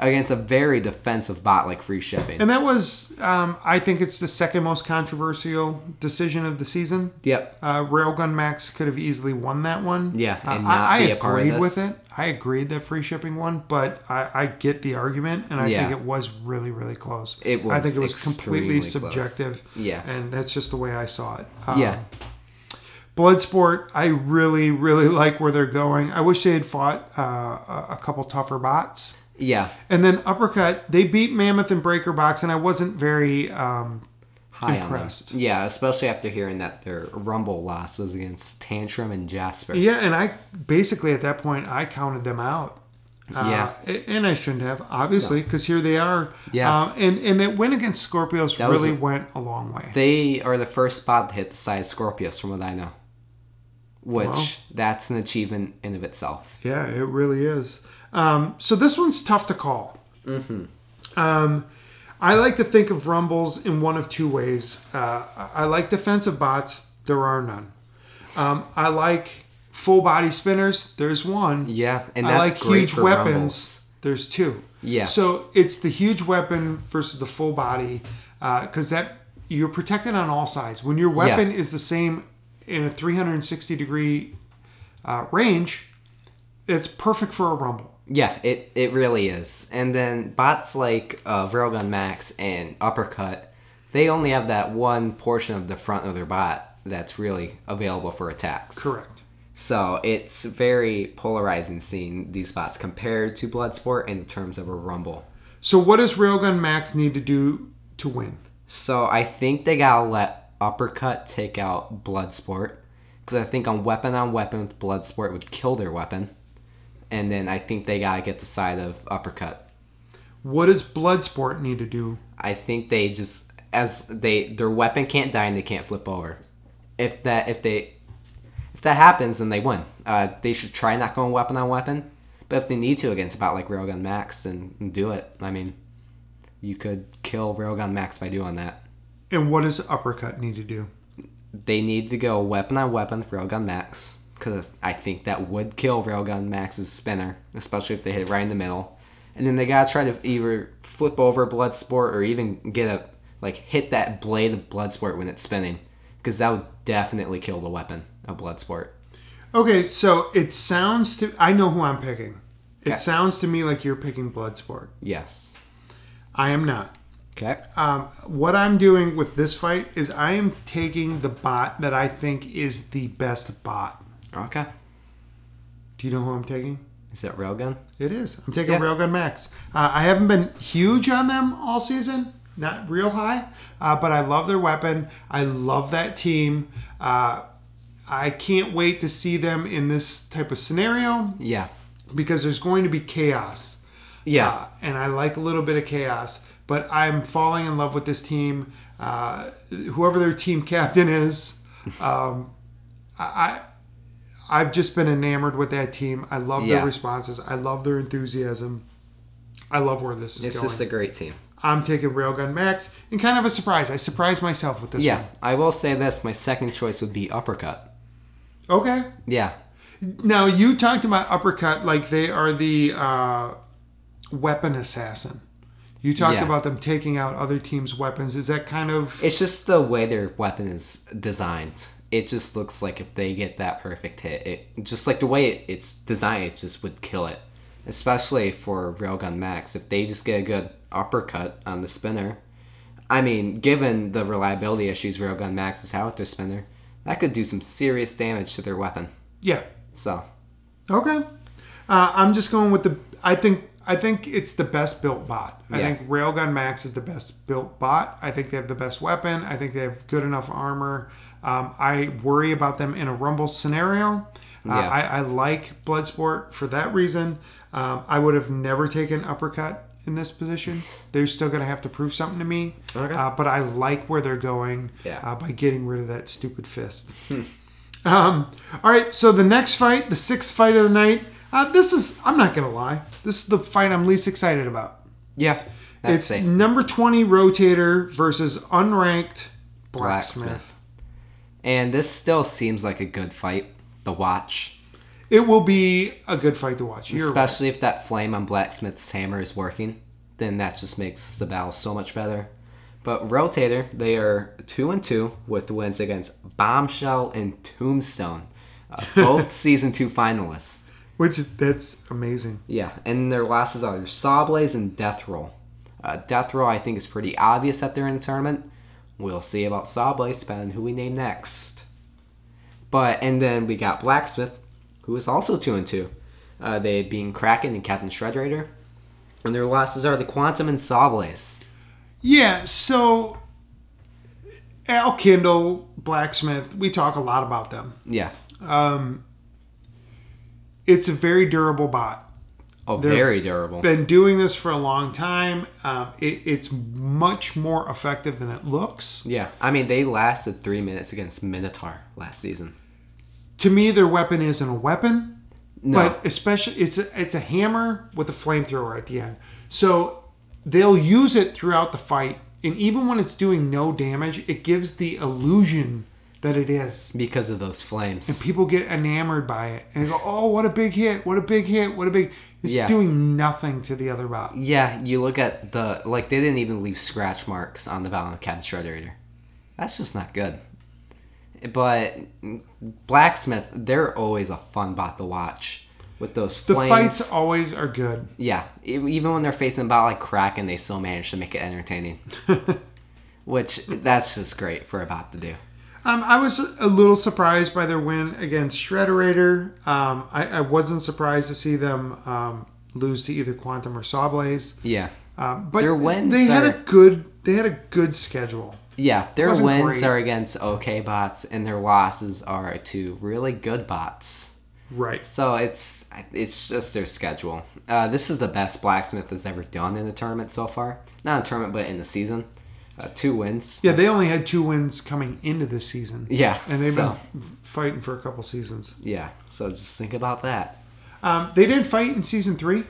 Speaker 2: against a very defensive bot like free shipping.
Speaker 1: And that was, um, I think it's the second most controversial decision of the season.
Speaker 2: Yep.
Speaker 1: Uh, Railgun Max could have easily won that one.
Speaker 2: Yeah,
Speaker 1: Uh,
Speaker 2: and not
Speaker 1: I, I
Speaker 2: be a
Speaker 1: agreed
Speaker 2: part of
Speaker 1: with
Speaker 2: this.
Speaker 1: it. I agreed that free shipping won, but I, I get the argument, and I
Speaker 2: Yeah.
Speaker 1: think it was really, really close.
Speaker 2: It
Speaker 1: I think
Speaker 2: was
Speaker 1: it was completely
Speaker 2: extremely close.
Speaker 1: subjective.
Speaker 2: Yeah.
Speaker 1: and that's just the way I saw it. Um,
Speaker 2: Yeah.
Speaker 1: Bloodsport, I really, really like where they're going. I wish they had fought uh, a- a couple tougher bots.
Speaker 2: Yeah.
Speaker 1: And then Uppercut, they beat Mammoth and Breaker Box, and I wasn't very um,
Speaker 2: High
Speaker 1: Impressed.
Speaker 2: on them. Yeah, especially after hearing that their Rumble loss was against Tantrum and Jasper.
Speaker 1: Yeah, and I basically at that point I counted them out. Uh,
Speaker 2: Yeah.
Speaker 1: a- and I shouldn't have obviously because here they are.
Speaker 2: Yeah.
Speaker 1: Uh, and and that win against Scorpios
Speaker 2: That was
Speaker 1: really
Speaker 2: a-
Speaker 1: went a long way.
Speaker 2: They are the first spot to hit the size Scorpius, from what I know. Which, that's an achievement in of itself.
Speaker 1: yeah, it really is. Um, so this one's tough to call.
Speaker 2: Mm-hmm.
Speaker 1: Um, I like to think of rumbles in one of two ways. Uh, I- I like defensive bots. There are none. Um, I like full body spinners. There's one.
Speaker 2: Yeah, and
Speaker 1: I
Speaker 2: that's
Speaker 1: like
Speaker 2: great
Speaker 1: huge
Speaker 2: for
Speaker 1: weapons.
Speaker 2: Rumbles.
Speaker 1: There's two.
Speaker 2: Yeah.
Speaker 1: So it's the huge weapon versus the full body, because that you're protected on all sides. When your weapon is the same in a 360 degree uh, range, it's perfect for a rumble.
Speaker 2: Yeah, it, it really is. And then bots like uh, Railgun Max and Uppercut, they only have that one portion of the front of their bot that's really available for attacks.
Speaker 1: Correct.
Speaker 2: So it's very polarizing seeing these bots compared to Bloodsport in terms of a Rumble.
Speaker 1: So what does Railgun Max need to do to win?
Speaker 2: So I think they gotta let Uppercut take out Bloodsport. Because I think on weapon on weapon with Bloodsport would kill their weapon. And then I think they gotta get the side of Uppercut.
Speaker 1: What does Bloodsport need to do?
Speaker 2: I think they just as they their weapon can't die and they can't flip over. If that if they if that happens, then they win. Uh, they should try not going weapon on weapon, but if they need to against about like Railgun Max, then do it. I mean, you could kill Railgun Max by doing that.
Speaker 1: And what does Uppercut need to do?
Speaker 2: They need to go weapon on weapon with Railgun Max because I think that would kill Railgun Max's spinner, especially if they hit right in the middle. And then they gotta try to either flip over Bloodsport or even get a like hit that blade of Bloodsport when it's spinning because that would definitely kill the weapon of Bloodsport.
Speaker 1: Okay, so it sounds to I know who I'm picking. It
Speaker 2: Okay.
Speaker 1: sounds to me like you're picking Bloodsport.
Speaker 2: Yes.
Speaker 1: I am not.
Speaker 2: Okay.
Speaker 1: Um, what I'm doing with this fight is I am taking the bot that I think is the best bot.
Speaker 2: Okay.
Speaker 1: Do you know who I'm taking?
Speaker 2: Is it Railgun?
Speaker 1: It is. I'm taking
Speaker 2: Yeah.
Speaker 1: Railgun Max. Uh, I haven't been huge on them all season, not real high, uh, but I love their weapon. I love that team. Uh, I can't wait to see them in this type of scenario
Speaker 2: Yeah.
Speaker 1: because there's going to be chaos.
Speaker 2: Yeah.
Speaker 1: Uh, and I like a little bit of chaos, but I'm falling in love with this team. Uh, whoever their team captain is, um, I, I've just been enamored with that team. I love
Speaker 2: Yeah.
Speaker 1: their responses. I love their enthusiasm. I love where this is
Speaker 2: It's
Speaker 1: going.
Speaker 2: just a great team.
Speaker 1: I'm taking Railgun Max and kind of a surprise. I surprised myself with this
Speaker 2: Yeah, I will say this. My second choice would be Uppercut.
Speaker 1: one. Okay.
Speaker 2: Yeah,
Speaker 1: Now you talked about uppercut like they are the uh, weapon assassin. You talked
Speaker 2: Yeah.
Speaker 1: about them taking out other teams' weapons. Is that kind of
Speaker 2: it's just the way their weapon is designed. It just looks like if they get that perfect hit, it just like the way it, it's designed, it just would kill it. Especially for Railgun Max, if they just get a good uppercut on the spinner. I mean, given the reliability issues Railgun Max has had with their spinner, that could do some serious damage to their weapon.
Speaker 1: yeah?
Speaker 2: So,
Speaker 1: Okay, uh, I'm just going with the. I think I think it's the best built bot. I
Speaker 2: Yeah.
Speaker 1: think Railgun Max is the best built bot. I think they have the best weapon. I think they have good enough armor. Um, I worry about them in a rumble scenario. Uh,
Speaker 2: Yeah.
Speaker 1: I, I like Bloodsport for that reason. Um, I would have never taken uppercut in this position. They're still going to have to prove something to me.
Speaker 2: Okay.
Speaker 1: Uh, but I like where they're going
Speaker 2: Yeah. Hmm.
Speaker 1: uh, by getting rid of that stupid fist. Um, all right, so the next fight, the sixth fight of the night. Uh, this is, I'm not going to lie, this is the fight I'm least excited about.
Speaker 2: yeah, that's
Speaker 1: it's
Speaker 2: safe.
Speaker 1: number 20 Rotator versus unranked Blacksmith.
Speaker 2: Blacksmith. And this still seems like a good fight. The watch.
Speaker 1: It will be a good fight to watch. You're right.
Speaker 2: Especially if that flame on Blacksmith's hammer is working, then that just makes the battle so much better. But Rotator, they are two and two with wins against Bombshell and Tombstone, uh, both season two finalists.
Speaker 1: Which, that's amazing.
Speaker 2: Yeah, and their losses are Sawblaze and Death Roll. Uh, Death Roll, I think, is pretty obvious that they're in the tournament. We'll see about Sawblaze depending on who we name next. But and then we got Blacksmith, who is also two and two. Uh, they being Kraken and Captain Shredrator, and their losses are the Quantum and Sawblaze.
Speaker 1: Yeah, so Al Kindle, Blacksmith, we talk a lot about them.
Speaker 2: Yeah,
Speaker 1: It's a very durable bot.
Speaker 2: oh, very durable.
Speaker 1: been doing this for a long time. Um, it, it's much more effective than it looks.
Speaker 2: yeah, I mean they lasted three minutes against Minotaur last season.
Speaker 1: To me, their weapon isn't a weapon,
Speaker 2: No,
Speaker 1: but especially it's a, it's a hammer with a flamethrower at the end. So they'll use it throughout the fight, and even when it's doing no damage, it gives the illusion that it is.
Speaker 2: because of those flames.
Speaker 1: People get enamored by it and go, "Oh, what a big hit! What a big hit! What a big!" It's
Speaker 2: Yeah.
Speaker 1: doing nothing to the other bot.
Speaker 2: Yeah, you look at the like they didn't even leave scratch marks on the bottom of Captain Shredderator. That's just not good. But Blacksmith, they're always a fun bot to watch with those
Speaker 1: The
Speaker 2: flames.
Speaker 1: fights always are good.
Speaker 2: yeah, e- even when they're facing about like Kraken, they still manage to make it entertaining. Which that's just great for a bot to do.
Speaker 1: Um, I was a little surprised by their win against Shredderator. Um, I, I wasn't surprised to see them um, lose to either Quantum or Sawblaze.
Speaker 2: Yeah,
Speaker 1: Um, but
Speaker 2: Their wins
Speaker 1: they had
Speaker 2: are-
Speaker 1: a good they had a good schedule.
Speaker 2: yeah. Their
Speaker 1: Wasn't
Speaker 2: wins
Speaker 1: great.
Speaker 2: are against okay bots, and their losses are to really good bots.
Speaker 1: Right.
Speaker 2: So it's it's just their schedule. Uh, this is the best blacksmith has ever done in the tournament so far. Not in the tournament, but in the season. Uh, two wins.
Speaker 1: Yeah, they
Speaker 2: That's-
Speaker 1: only had two wins coming into this season.
Speaker 2: yeah.
Speaker 1: And they've
Speaker 2: so,
Speaker 1: been f- fighting for a couple seasons.
Speaker 2: yeah. So just think about that.
Speaker 1: Um, they didn't fight in season three.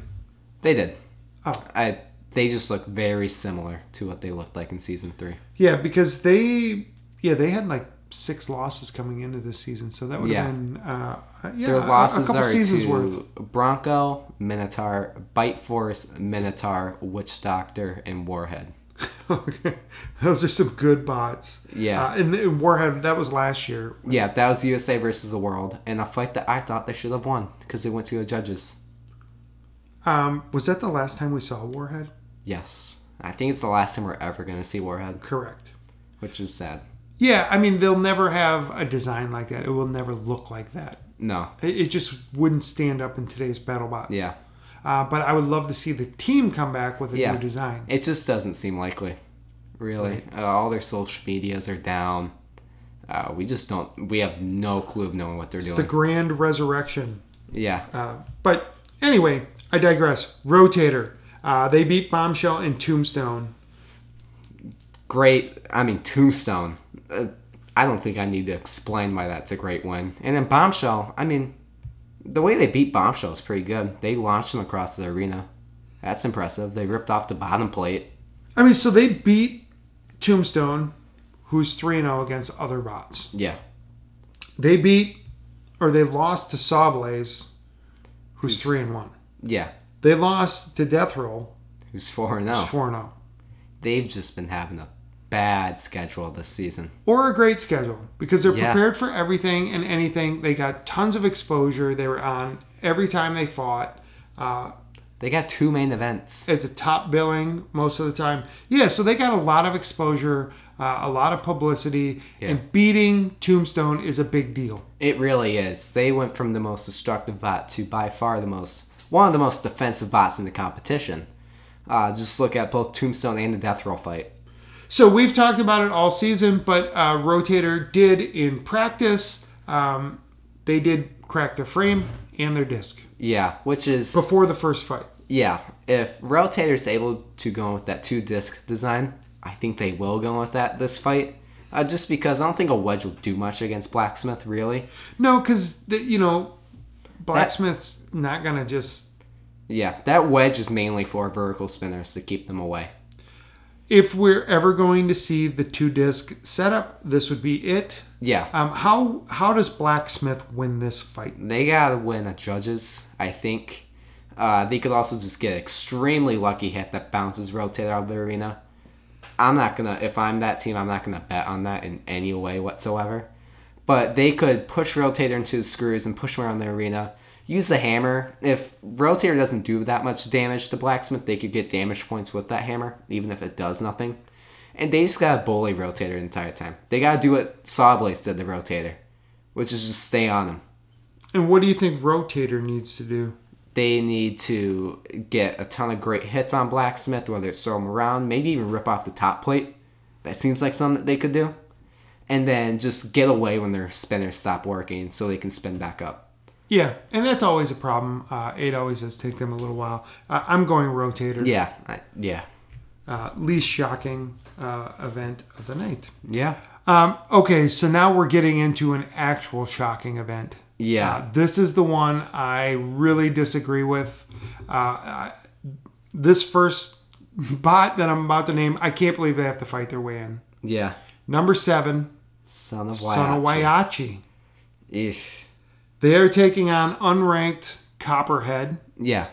Speaker 2: They did.
Speaker 1: Oh.
Speaker 2: I they just look very similar to what they looked like in season three.
Speaker 1: Yeah, because they yeah they had like six losses coming into this season, so that would have
Speaker 2: Yeah.
Speaker 1: been uh, yeah
Speaker 2: Their
Speaker 1: a- a
Speaker 2: losses
Speaker 1: couple
Speaker 2: are
Speaker 1: seasons
Speaker 2: to
Speaker 1: worth.
Speaker 2: Bronco, Minotaur, Bite Force, Minotaur, Witch Doctor, and Warhead.
Speaker 1: Okay, those are some good bots.
Speaker 2: Yeah.
Speaker 1: uh, and, and Warhead that was last year.
Speaker 2: Yeah, that was USA versus the world, and a fight that I thought they should have won because they went to the judges.
Speaker 1: Um, was that the last time we saw Warhead?
Speaker 2: Yes. I think it's the last time we're ever going to see Warhead,
Speaker 1: Correct.
Speaker 2: which is sad.
Speaker 1: Yeah, I mean they'll never have a design like that. It will never look like that.
Speaker 2: No.
Speaker 1: It, it just wouldn't stand up in today's battle bots.
Speaker 2: Yeah.
Speaker 1: Uh, but I would love to see the team come back with a
Speaker 2: Yeah.
Speaker 1: new design.
Speaker 2: It just doesn't seem likely. Really. Uh, all their social medias are down. Uh, we just don't, we have no clue of knowing what they're
Speaker 1: It's
Speaker 2: doing.
Speaker 1: the grand resurrection.
Speaker 2: yeah.
Speaker 1: Uh, but anyway, I digress. Rotator. Uh, they beat Bombshell and Tombstone.
Speaker 2: Great. I mean, Tombstone. Uh, I don't think I need to explain why that's a great win. And then Bombshell, I mean, the way they beat Bombshell is pretty good. They launched them across the arena. That's impressive. They ripped off the bottom plate.
Speaker 1: I mean, so they beat Tombstone, who's 3 0 against other bots.
Speaker 2: Yeah.
Speaker 1: They beat, or they lost to Sawblaze, who's 3 and 1.
Speaker 2: Yeah.
Speaker 1: They lost to Death Roll,
Speaker 2: Who's oh? 4
Speaker 1: who's oh.
Speaker 2: 0.
Speaker 1: 4 0.
Speaker 2: They've just been having a bad schedule this season.
Speaker 1: Or a great schedule because they're
Speaker 2: Yeah.
Speaker 1: prepared for everything and anything. They got tons of exposure. They were on every time they fought. Uh,
Speaker 2: They got two main events.
Speaker 1: as a top billing most of the time. Yeah, so they got a lot of exposure, uh, a lot of publicity, and beating Tombstone is a big deal.
Speaker 2: It really is. They went from the most destructive bot to by far the most, one of the most defensive bots in the competition. Uh, just look at both Tombstone and the Death Roll fight.
Speaker 1: So we've talked about it all season, but uh, Rotator did in practice. Um, they did crack their frame and their disc
Speaker 2: Yeah, which is
Speaker 1: before the first fight.
Speaker 2: Yeah, if Rotator's able to go with that two disc design, I think they will go with that this fight. Uh, just because I don't think a wedge will do much against Blacksmith, really.
Speaker 1: No, because you know, blacksmith's not gonna just.
Speaker 2: Yeah, that wedge is mainly for vertical spinners to keep them away.
Speaker 1: If we're ever going to see the two disc setup, this would be it.
Speaker 2: Yeah,
Speaker 1: Um, how how does blacksmith win this fight?
Speaker 2: they gotta win at judges, I think. Uh, they could also just get an extremely lucky hit that bounces Rotator out of the arena. I'm not gonna, if I'm that team, I'm not gonna bet on that in any way whatsoever. But they could push Rotator into the screws and push him around the arena. Use the hammer. If Rotator doesn't do that much damage to Blacksmith, they could get damage points with that hammer, even if it does nothing. And they just gotta bully Rotator the entire time. They gotta do what Sawblaze did to Rotator, which is just stay on him
Speaker 1: And what do you think Rotator needs to do?
Speaker 2: they need to get a ton of great hits on Blacksmith, whether it's throw him around, maybe even rip off the top plate. That seems like something that they could do. And then just get away when their spinners stop working so they can spin back up.
Speaker 1: Yeah, and that's always a problem. Uh, it always does take them a little while. Uh, I'm going Rotator.
Speaker 2: Yeah, I, yeah,
Speaker 1: Uh, least shocking uh, event of the night.
Speaker 2: yeah.
Speaker 1: Um, okay, so now we're getting into an actual shocking event.
Speaker 2: Yeah.
Speaker 1: Uh, this is the one I really disagree with. Uh, I, this first bot that I'm about to name, I can't believe they have to fight their way in.
Speaker 2: Yeah.
Speaker 1: Number seven,
Speaker 2: Son of Waiachi.
Speaker 1: Son of Waiachi.
Speaker 2: Eesh.
Speaker 1: They're taking on unranked Copperhead.
Speaker 2: Yeah.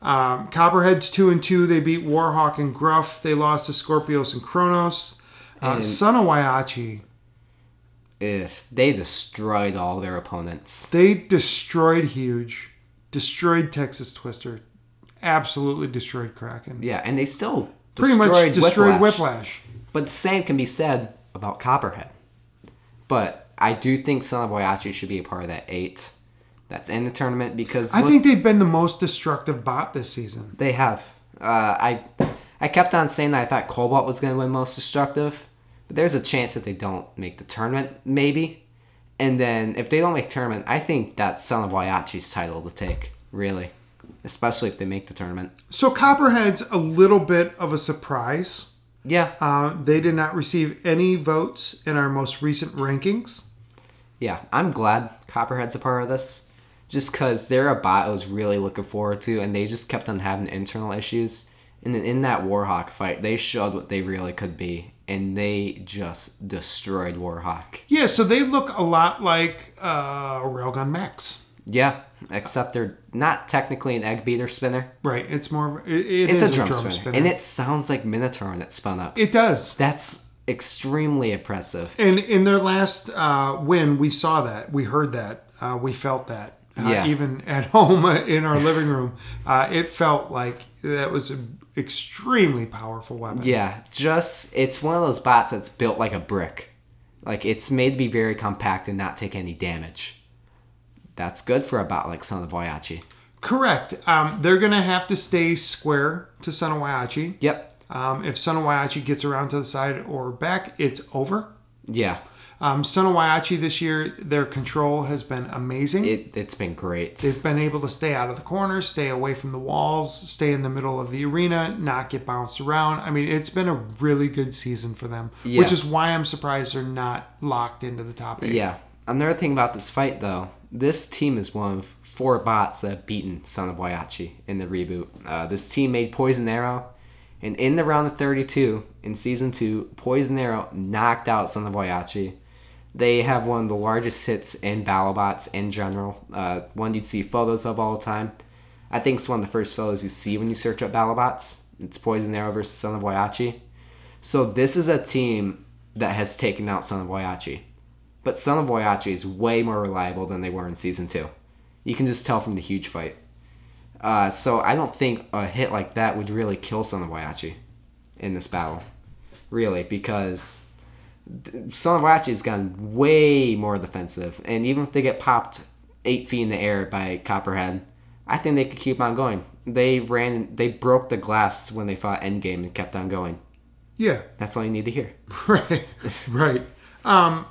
Speaker 1: Um, Copperheads two and two. They beat Warhawk and Gruff. They lost to Scorpios and Kronos. Uh,
Speaker 2: And-
Speaker 1: Son of Waiachi.
Speaker 2: If they destroyed all their opponents.
Speaker 1: They destroyed Huge, destroyed Texas Twister, absolutely destroyed Kraken.
Speaker 2: Yeah, and they still
Speaker 1: Pretty
Speaker 2: destroyed
Speaker 1: much destroyed
Speaker 2: Whiplash.
Speaker 1: Whiplash.
Speaker 2: But the same can be said about Copperhead. But I do think Son of Boyachi should be a part of that eight that's in the tournament because
Speaker 1: I
Speaker 2: look,
Speaker 1: think they've been the most destructive bot this season.
Speaker 2: they have. Uh, I I kept on saying that I thought Cobalt was going to win most destructive, but there's a chance that they don't make the tournament, maybe. And then if they don't make tournament, I think that's Son of Boyachi's title to take, really. Especially if they make the tournament.
Speaker 1: So Copperhead's a little bit of a surprise.
Speaker 2: Yeah.
Speaker 1: Uh, they did not receive any votes in our most recent rankings.
Speaker 2: yeah, I'm glad Copperhead's a part of this. Just because they're a bot I was really looking forward to, and they just kept on having internal issues. And then in that Warhawk fight, they showed what they really could be, and they just destroyed Warhawk.
Speaker 1: Yeah, so they look a lot like uh, Railgun Max.
Speaker 2: Yeah, except they're not technically an egg beater spinner.
Speaker 1: Right. It's more. It, it
Speaker 2: It's
Speaker 1: is
Speaker 2: a drum, spinner, and it sounds like Minotaur when it's spun up.
Speaker 1: it does.
Speaker 2: That's extremely impressive.
Speaker 1: And in their last uh, win, we saw that. We heard that. Uh, we felt that. Uh,
Speaker 2: Yeah.
Speaker 1: Even at home uh, in our living room, uh, it felt like that was an extremely powerful weapon.
Speaker 2: Yeah, just it's one of those bots that's built like a brick. Like it's made to be very compact and not take any damage. That's good for a bot like Son of Boyachi.
Speaker 1: Correct. Um, they're going to have to stay square to Sunawayachi.
Speaker 2: Yep.
Speaker 1: Um, if Sunawayachi gets around to the side or back, it's over.
Speaker 2: Yeah.
Speaker 1: Um, Sonowayachi this year, their control has been amazing.
Speaker 2: It it's been great.
Speaker 1: They've been able to stay out of the corners, stay away from the walls, stay in the middle of the arena, not get bounced around. I mean, it's been a really good season for them,
Speaker 2: Yeah.
Speaker 1: which is why I'm surprised they're not locked into the top eight.
Speaker 2: yeah. Another thing about this fight though, this team is one of four bots that have beaten Son of Waiachi in the reboot. Uh, this team made Poison Arrow, and in the round of 32 in season two, Poison Arrow knocked out Son of Waiachi. They have one of the largest hits in BattleBots in general. Uh, one you'd see photos of all the time. I think it's one of the first photos you see when you search up BattleBots. It's Poison Arrow versus Son of Waiachi. So this is a team that has taken out Son of Waiachi. But Son of Waiachi is way more reliable than they were in season two. You can just tell from the huge fight. Uh, so I don't think a hit like that would really kill Son of Waiachi in this battle. Really, because th- Son of Waiachi has gotten way more defensive. And even if they get popped eight feet in the air by Copperhead, I think they could keep on going. They ran, they broke the glass when they fought Endgame and kept on going.
Speaker 1: Yeah.
Speaker 2: That's all you need to hear.
Speaker 1: Right. right. Um,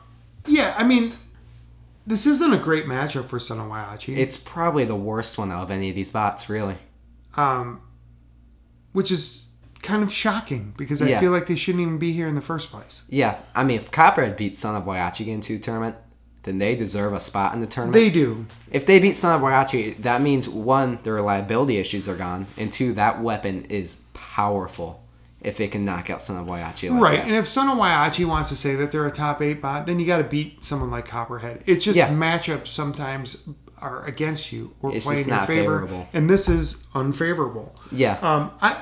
Speaker 1: yeah, I mean, this isn't a great matchup for Sonowayachi,
Speaker 2: It's probably the worst one of any of these bots, really.
Speaker 1: um, which is kind of shocking because I
Speaker 2: Yeah.
Speaker 1: feel like they shouldn't even be here in the first place.
Speaker 2: Yeah, I mean, if Copperhead beats Son of Waiachi in two tournament, then they deserve a spot in the tournament.
Speaker 1: They do.
Speaker 2: if they beat Son of Waiachi, that means one, their reliability issues are gone, and two, that weapon is powerful. If it can knock out Son of Waiachi, like
Speaker 1: Right,
Speaker 2: that.
Speaker 1: and if Sonowayachi wants to say that they're a top eight bot, then you got to beat someone like Copperhead. It's just
Speaker 2: Yeah.
Speaker 1: matchups sometimes are against you or
Speaker 2: It's
Speaker 1: playing
Speaker 2: just
Speaker 1: in your
Speaker 2: not
Speaker 1: favor,
Speaker 2: favorable.
Speaker 1: and this is unfavorable.
Speaker 2: Yeah,
Speaker 1: Um, I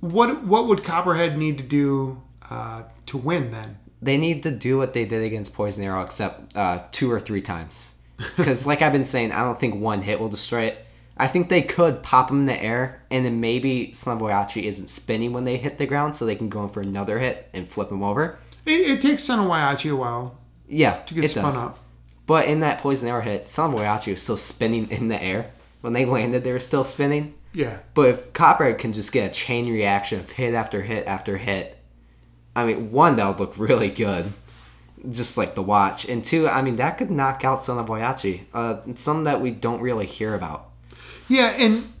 Speaker 1: what what would Copperhead need to do uh, to win then?
Speaker 2: they need to do what they did against Poison Arrow, except uh, two or three times. Because, like I've been saying, I don't think one hit will destroy it. I think they could pop him in the air, and then maybe Slumboyachi isn't spinning when they hit the ground, so they can go in for another hit and flip him over.
Speaker 1: It, it takes Sonowayachi a while
Speaker 2: Yeah,
Speaker 1: to get
Speaker 2: it
Speaker 1: spun
Speaker 2: does.
Speaker 1: up.
Speaker 2: But in that Poison Arrow hit, Slumboyachi was still spinning in the air. When they landed, they were still spinning.
Speaker 1: Yeah,
Speaker 2: But if Copperhead can just get a chain reaction of hit after hit after hit, I mean, one, that would look really good, just like the watch. And two, I mean, that could knock out Son of Boyachi, uh, some that we don't really hear about.
Speaker 1: yeah, and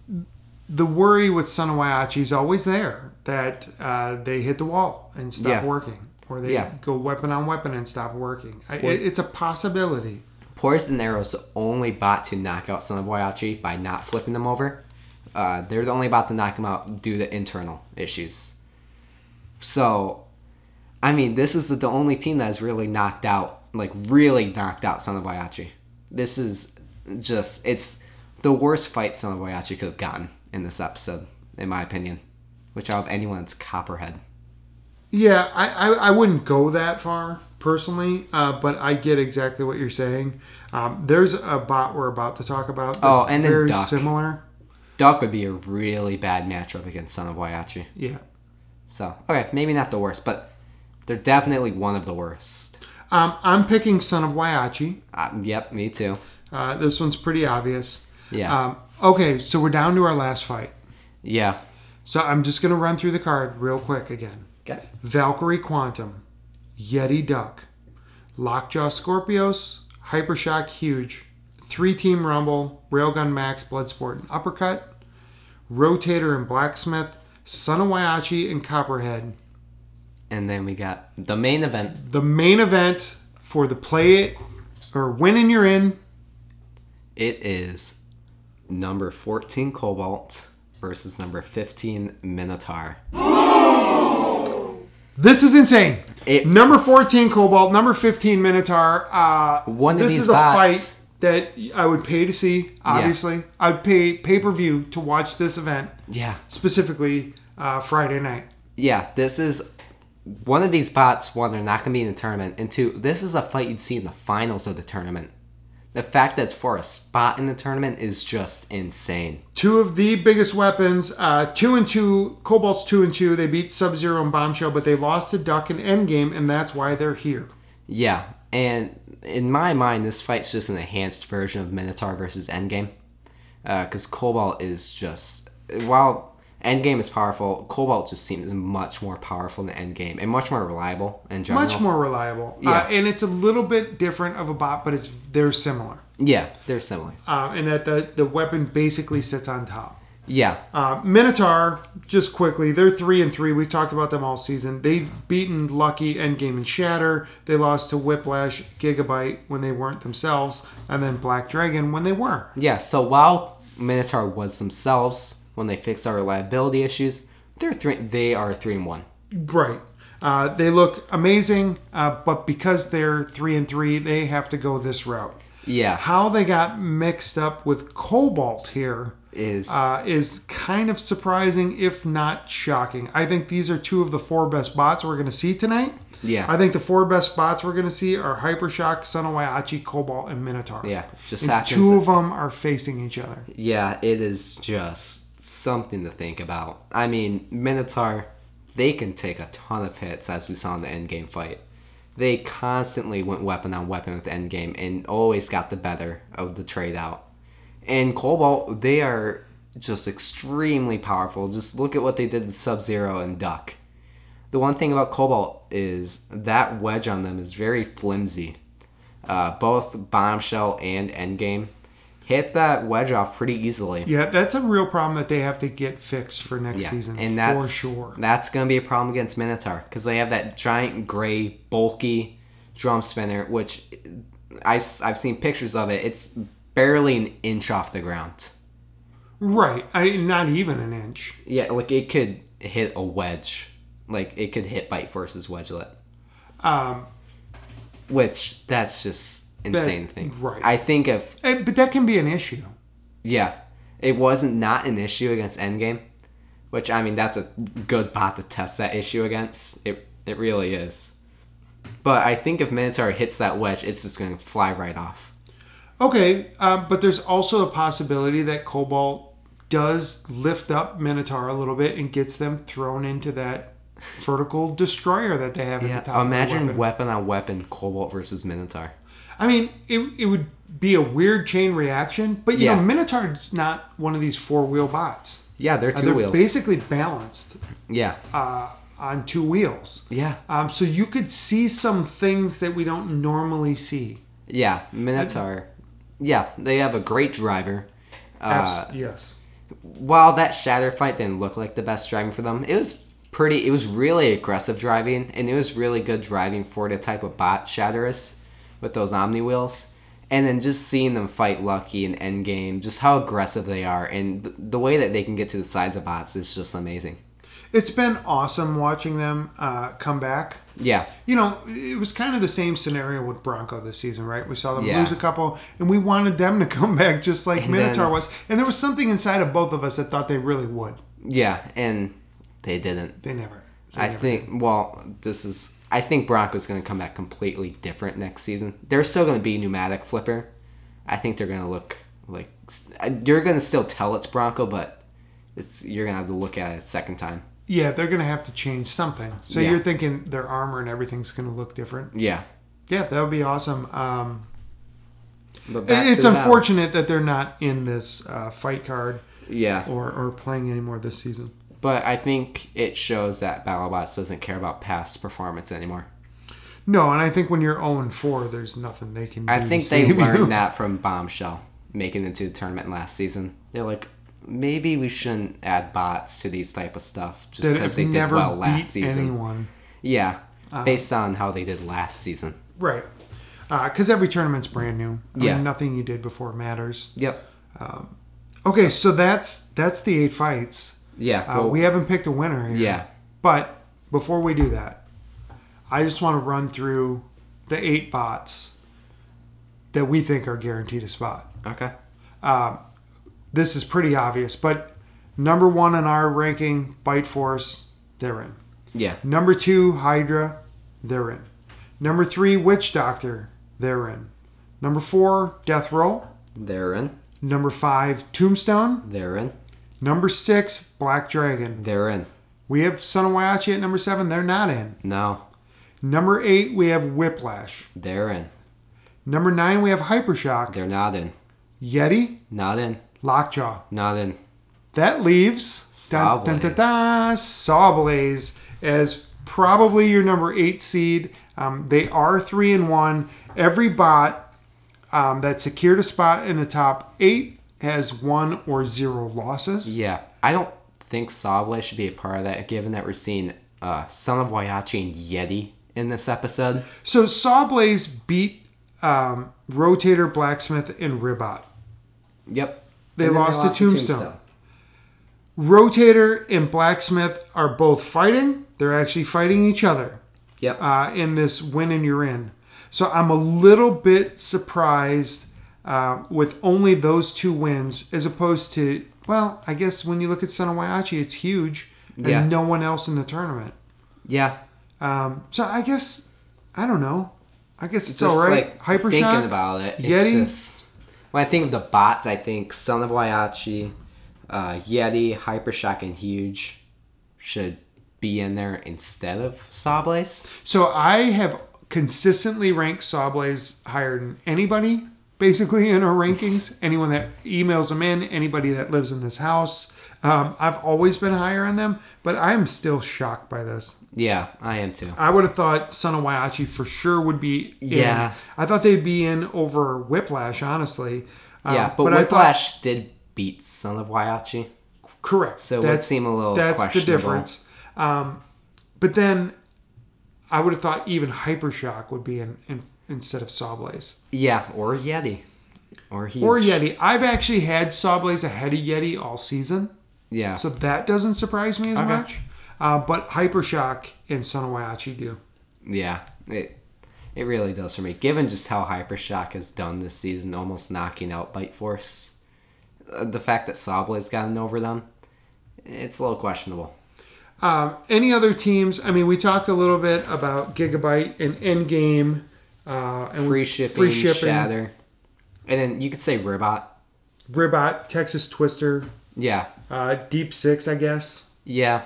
Speaker 1: the worry with Sonowayachi is always there that uh, they hit the wall and stop
Speaker 2: Yeah.
Speaker 1: working, or they
Speaker 2: Yeah.
Speaker 1: go weapon on weapon and stop working. I, it, it's a possibility.
Speaker 2: Poison Arrow's the only bot to knock out Son of Boyachi by not flipping them over. Uh, they're the only bot to knock him out due to internal issues. So, I mean, this is the only team that has really knocked out, like, really knocked out Son of Boyachi. This is just, it's the worst fight Son of Boyachi could have gotten in this episode, in my opinion. Which out of anyone, it's Copperhead.
Speaker 1: Yeah, I, I, I wouldn't go that far personally, uh, but I get exactly what you're saying. Um, there's a bot we're about to talk about. That's
Speaker 2: Oh, and then
Speaker 1: very
Speaker 2: Duck.
Speaker 1: similar.
Speaker 2: Duck would be a really bad matchup against Son of Boyachi.
Speaker 1: Yeah.
Speaker 2: So, okay, maybe not the worst, but they're definitely one of the worst.
Speaker 1: Um, I'm picking Son of Waiachi.
Speaker 2: Uh, yep, me too.
Speaker 1: Uh, this one's pretty obvious.
Speaker 2: Yeah.
Speaker 1: Um, okay, so we're down to our last fight.
Speaker 2: Yeah.
Speaker 1: So I'm just going to run through the card real quick again.
Speaker 2: Okay.
Speaker 1: Valkyrie Quantum, Yeti Duck, Lockjaw Scorpios, Hypershock Huge, Three Team Rumble, Railgun Max, Bloodsport, and Uppercut, Rotator and Blacksmith, Son of Waiachi and Copperhead.
Speaker 2: And then we got the main event.
Speaker 1: The main event for the play it or winning you're in.
Speaker 2: It is number 14 Cobalt versus number 15 Minotaur.
Speaker 1: This is insane.
Speaker 2: It-
Speaker 1: number 14 Cobalt, number 15 Minotaur. Uh,
Speaker 2: One of
Speaker 1: this
Speaker 2: these
Speaker 1: is a
Speaker 2: bots-
Speaker 1: fight that I would pay to see, obviously. I'd pay pay per view to watch this event.
Speaker 2: Yeah.
Speaker 1: specifically uh, Friday night.
Speaker 2: Yeah, this is one of these bots, one, they're not going to be in the tournament, and two, this is a fight you'd see in the finals of the tournament. The fact that it's for a spot in the tournament is just insane.
Speaker 1: Two of the biggest weapons, uh, two and two, Cobalt's two and two. They beat Sub Zero and Bombshell, but they lost to Duck in Endgame, and that's why they're here.
Speaker 2: Yeah, and in my mind, this fight's just an enhanced uh, version of Minotaur versus Endgame, because Cobalt is just while Endgame is powerful. Cobalt just seems much more powerful than Endgame and much more reliable in general.
Speaker 1: Much more reliable.
Speaker 2: Yeah.
Speaker 1: Uh, and it's a little bit different of a bot, but it's they're similar.
Speaker 2: Yeah, they're similar.
Speaker 1: Uh, in that the, the weapon basically sits on top.
Speaker 2: Yeah,
Speaker 1: Uh, Minotaur, just quickly, they're three and three. We've talked about them all season. They've beaten Lucky, Endgame, and Shatter. They lost to Whiplash, Gigabyte when they weren't themselves, and then Black Dragon when they were.
Speaker 2: yeah. So while Minotaur was themselves when they fixed our reliability issues, they're three. They are three and one.
Speaker 1: Right. Uh, they look amazing, uh, but because they're three and three, they have to go this route.
Speaker 2: Yeah,
Speaker 1: How they got mixed up with Cobalt here
Speaker 2: is
Speaker 1: uh, is kind of surprising, if not shocking. I think these are two of the four best bots we're going to see tonight.
Speaker 2: Yeah.
Speaker 1: I think the four best bots we're going to see are Hypershock, Sunowayachi, Cobalt, and Minotaur.
Speaker 2: yeah just
Speaker 1: And
Speaker 2: happens.
Speaker 1: two of them are facing each other.
Speaker 2: Yeah, it is just something to think about. I mean, Minotaur, they can take a ton of hits as we saw in the endgame fight. They constantly went weapon on weapon with endgame and always got the better of the trade out. And Cobalt, they are just extremely powerful. Just look at what they did to Sub Zero and Duck. The one thing about Cobalt is that wedge on them is very flimsy. Uh, both Bombshell and Endgame hit that wedge off pretty easily.
Speaker 1: Yeah, that's a real problem that they have to get fixed for next
Speaker 2: Yeah,
Speaker 1: season
Speaker 2: and
Speaker 1: for
Speaker 2: that's
Speaker 1: sure.
Speaker 2: that's gonna be a problem against Minotaur because they have that giant gray bulky drum spinner, which I have seen pictures of it. It's barely an inch off the ground.
Speaker 1: Right. I not even an inch.
Speaker 2: Yeah, like it could hit a wedge, like it could hit Bite Force's wedgelet,
Speaker 1: Um,
Speaker 2: which that's just insane thing.
Speaker 1: right.
Speaker 2: I think if
Speaker 1: eh, but that can be an issue.
Speaker 2: yeah, it wasn't not an issue against Endgame, which I mean that's a good bot to test that issue against. It it really is. But I think if Minotaur hits that wedge, it's just gonna fly right off.
Speaker 1: Okay, um, but there's also a possibility that Cobalt does lift up Minotaur a little bit and gets them thrown into that vertical destroyer that they have at the top. of their
Speaker 2: Imagine
Speaker 1: weapon.
Speaker 2: weapon on weapon Cobalt versus Minotaur.
Speaker 1: I mean, it, it would be a weird chain reaction, but you
Speaker 2: Yeah.
Speaker 1: know, Minotaur's not one of these four wheel bots.
Speaker 2: Yeah, they're
Speaker 1: Uh,
Speaker 2: two
Speaker 1: They're
Speaker 2: wheels.
Speaker 1: basically balanced
Speaker 2: yeah,
Speaker 1: uh, on two wheels.
Speaker 2: yeah,
Speaker 1: Um, so you could see some things that we don't normally see.
Speaker 2: yeah. Minotaur. Yeah, they have a great driver. Uh,
Speaker 1: Abs- yes.
Speaker 2: while that shatter fight didn't look like the best driving for them, it was pretty. It was really aggressive driving, and it was really good driving for the type of bot shatter is with those Omni wheels. And then just seeing them fight Lucky and Endgame, just how aggressive they are, and th- the way that they can get to the sides of bots is just amazing.
Speaker 1: It's been awesome watching them uh, come back.
Speaker 2: Yeah,
Speaker 1: You know, it was kind of the same scenario with Bronco this season, right? We saw them
Speaker 2: Yeah.
Speaker 1: lose a couple, and we wanted them to come back just like
Speaker 2: then-
Speaker 1: Minotaur was. And there was something inside of both of us that thought they really would.
Speaker 2: yeah, and they didn't.
Speaker 1: They never. they
Speaker 2: I
Speaker 1: never-
Speaker 2: think. Well, this is. I think Bronco's going to come back completely different next season. They're still going to be pneumatic flipper. I think they're going to look like s- I- you're going to still tell it's Bronco, but it's you're going to have to look at it a second time.
Speaker 1: Yeah, they're going to have to change something. So
Speaker 2: Yeah.
Speaker 1: you're thinking their armor and everything's going to look different.
Speaker 2: Yeah,
Speaker 1: Yeah, that would be awesome. Um,
Speaker 2: but
Speaker 1: it's unfortunate that they're not in this uh, fight card
Speaker 2: Yeah,
Speaker 1: or, or playing anymore this season.
Speaker 2: but I think it shows that BattleBots doesn't care about past performance anymore.
Speaker 1: No, and I think when you're 0 and 4, there's nothing they can do.
Speaker 2: I
Speaker 1: to
Speaker 2: think they
Speaker 1: save you.
Speaker 2: learned that from Bombshell making it to the tournament last season. They're like, maybe we shouldn't add bots to these type of stuff just
Speaker 1: That
Speaker 2: because
Speaker 1: have
Speaker 2: they did
Speaker 1: never
Speaker 2: well
Speaker 1: beat
Speaker 2: last season.
Speaker 1: anyone. Uh-huh.
Speaker 2: Yeah, based on how they did last season.
Speaker 1: Right. Because every tournament's brand new. I
Speaker 2: Yeah.
Speaker 1: Mean, nothing you did before matters.
Speaker 2: Yep.
Speaker 1: Okay, so, that's that's the eight fights.
Speaker 2: Yeah.
Speaker 1: Uh,
Speaker 2: well,
Speaker 1: we haven't picked a winner here.
Speaker 2: yeah.
Speaker 1: But before we do that, I just want to run through the eight bots that we think are guaranteed a spot.
Speaker 2: Okay.
Speaker 1: This is pretty obvious, but number one in our ranking, Bite Force, they're in.
Speaker 2: Yeah.
Speaker 1: Number two, Hydra, they're in. Number three, Witch Doctor, they're in. Number four, Death Roll.
Speaker 2: They're in.
Speaker 1: Number five, Tombstone.
Speaker 2: They're in.
Speaker 1: Number six, Black Dragon.
Speaker 2: They're in.
Speaker 1: We have Son of Waiachi at number seven. They're not in.
Speaker 2: No.
Speaker 1: Number eight, we have Whiplash.
Speaker 2: They're in.
Speaker 1: Number nine, we have Hypershock,
Speaker 2: They're not in.
Speaker 1: Yeti,
Speaker 2: Not in.
Speaker 1: Lockjaw.
Speaker 2: Not in.
Speaker 1: That leaves dun, dun, dun, dun, Sawblaze as probably your number eight seed. Um, they are three and one. Every bot um, that secured a spot in the top eight has one or zero losses.
Speaker 2: Yeah, I don't think Sawblade should be a part of that, given that we're seeing uh, Son of Wayachi and Yeti in this episode.
Speaker 1: So Sawblaze beat um, Rotator, Blacksmith, and Ribot.
Speaker 2: Yep.
Speaker 1: They
Speaker 2: And then
Speaker 1: lost to Tombstone. Rotator and Blacksmith are both fighting. They're actually fighting each other
Speaker 2: Yep.
Speaker 1: uh, in this win and you're in. So I'm a little bit surprised uh, with only those two wins as opposed to, well, I guess when you look at Sanawayachi, it's huge and
Speaker 2: Yeah.
Speaker 1: no one else in the tournament.
Speaker 2: yeah.
Speaker 1: Um, so I guess, I don't know. I guess it's
Speaker 2: just
Speaker 1: all right.
Speaker 2: like
Speaker 1: Hyper
Speaker 2: thinking
Speaker 1: Shock?
Speaker 2: about it. It's
Speaker 1: Yeti?
Speaker 2: just when I think of the bots, I think Son of Waiachi, uh, Yeti, Hypershock, and Huge should be in there instead of Sawblaze.
Speaker 1: So I have consistently ranked Sawblaze higher than anybody, basically in our rankings. Anyone that emails them in, anybody that lives in this house, um, I've always been higher on them. But I'm still shocked by this.
Speaker 2: Yeah, I am too.
Speaker 1: I would have thought Son of Waiachi for sure would be. In.
Speaker 2: Yeah.
Speaker 1: I thought they'd be in over Whiplash, honestly. Um,
Speaker 2: yeah, but,
Speaker 1: I thought-
Speaker 2: Whiplash did beat Son of Waiachi.
Speaker 1: Correct.
Speaker 2: So it would seem a little
Speaker 1: That's the
Speaker 2: questionable.
Speaker 1: difference. Um, but then, I would have thought even Hypershock would be in, in instead of Sawblaze
Speaker 2: Yeah, or Yeti. Or Huge.
Speaker 1: or Yeti. I've actually had Sawblaze ahead of Yeti all season,
Speaker 2: Yeah.
Speaker 1: so that doesn't surprise me as much. Uh, but Hypershock and Son of Waiachi do.
Speaker 2: Yeah, it it really does for me. Given just how Hypershock has done this season, almost knocking out Bite Force, uh, the fact that Sable's gotten over them, it's a little questionable.
Speaker 1: Um, any other teams? I mean, we talked a little bit about Gigabyte and Endgame. Uh, and
Speaker 2: Free shipping, Shatter, and then you could say Ribot.
Speaker 1: Ribot, Texas Twister,
Speaker 2: Yeah,
Speaker 1: uh, Deep Six, I guess.
Speaker 2: yeah,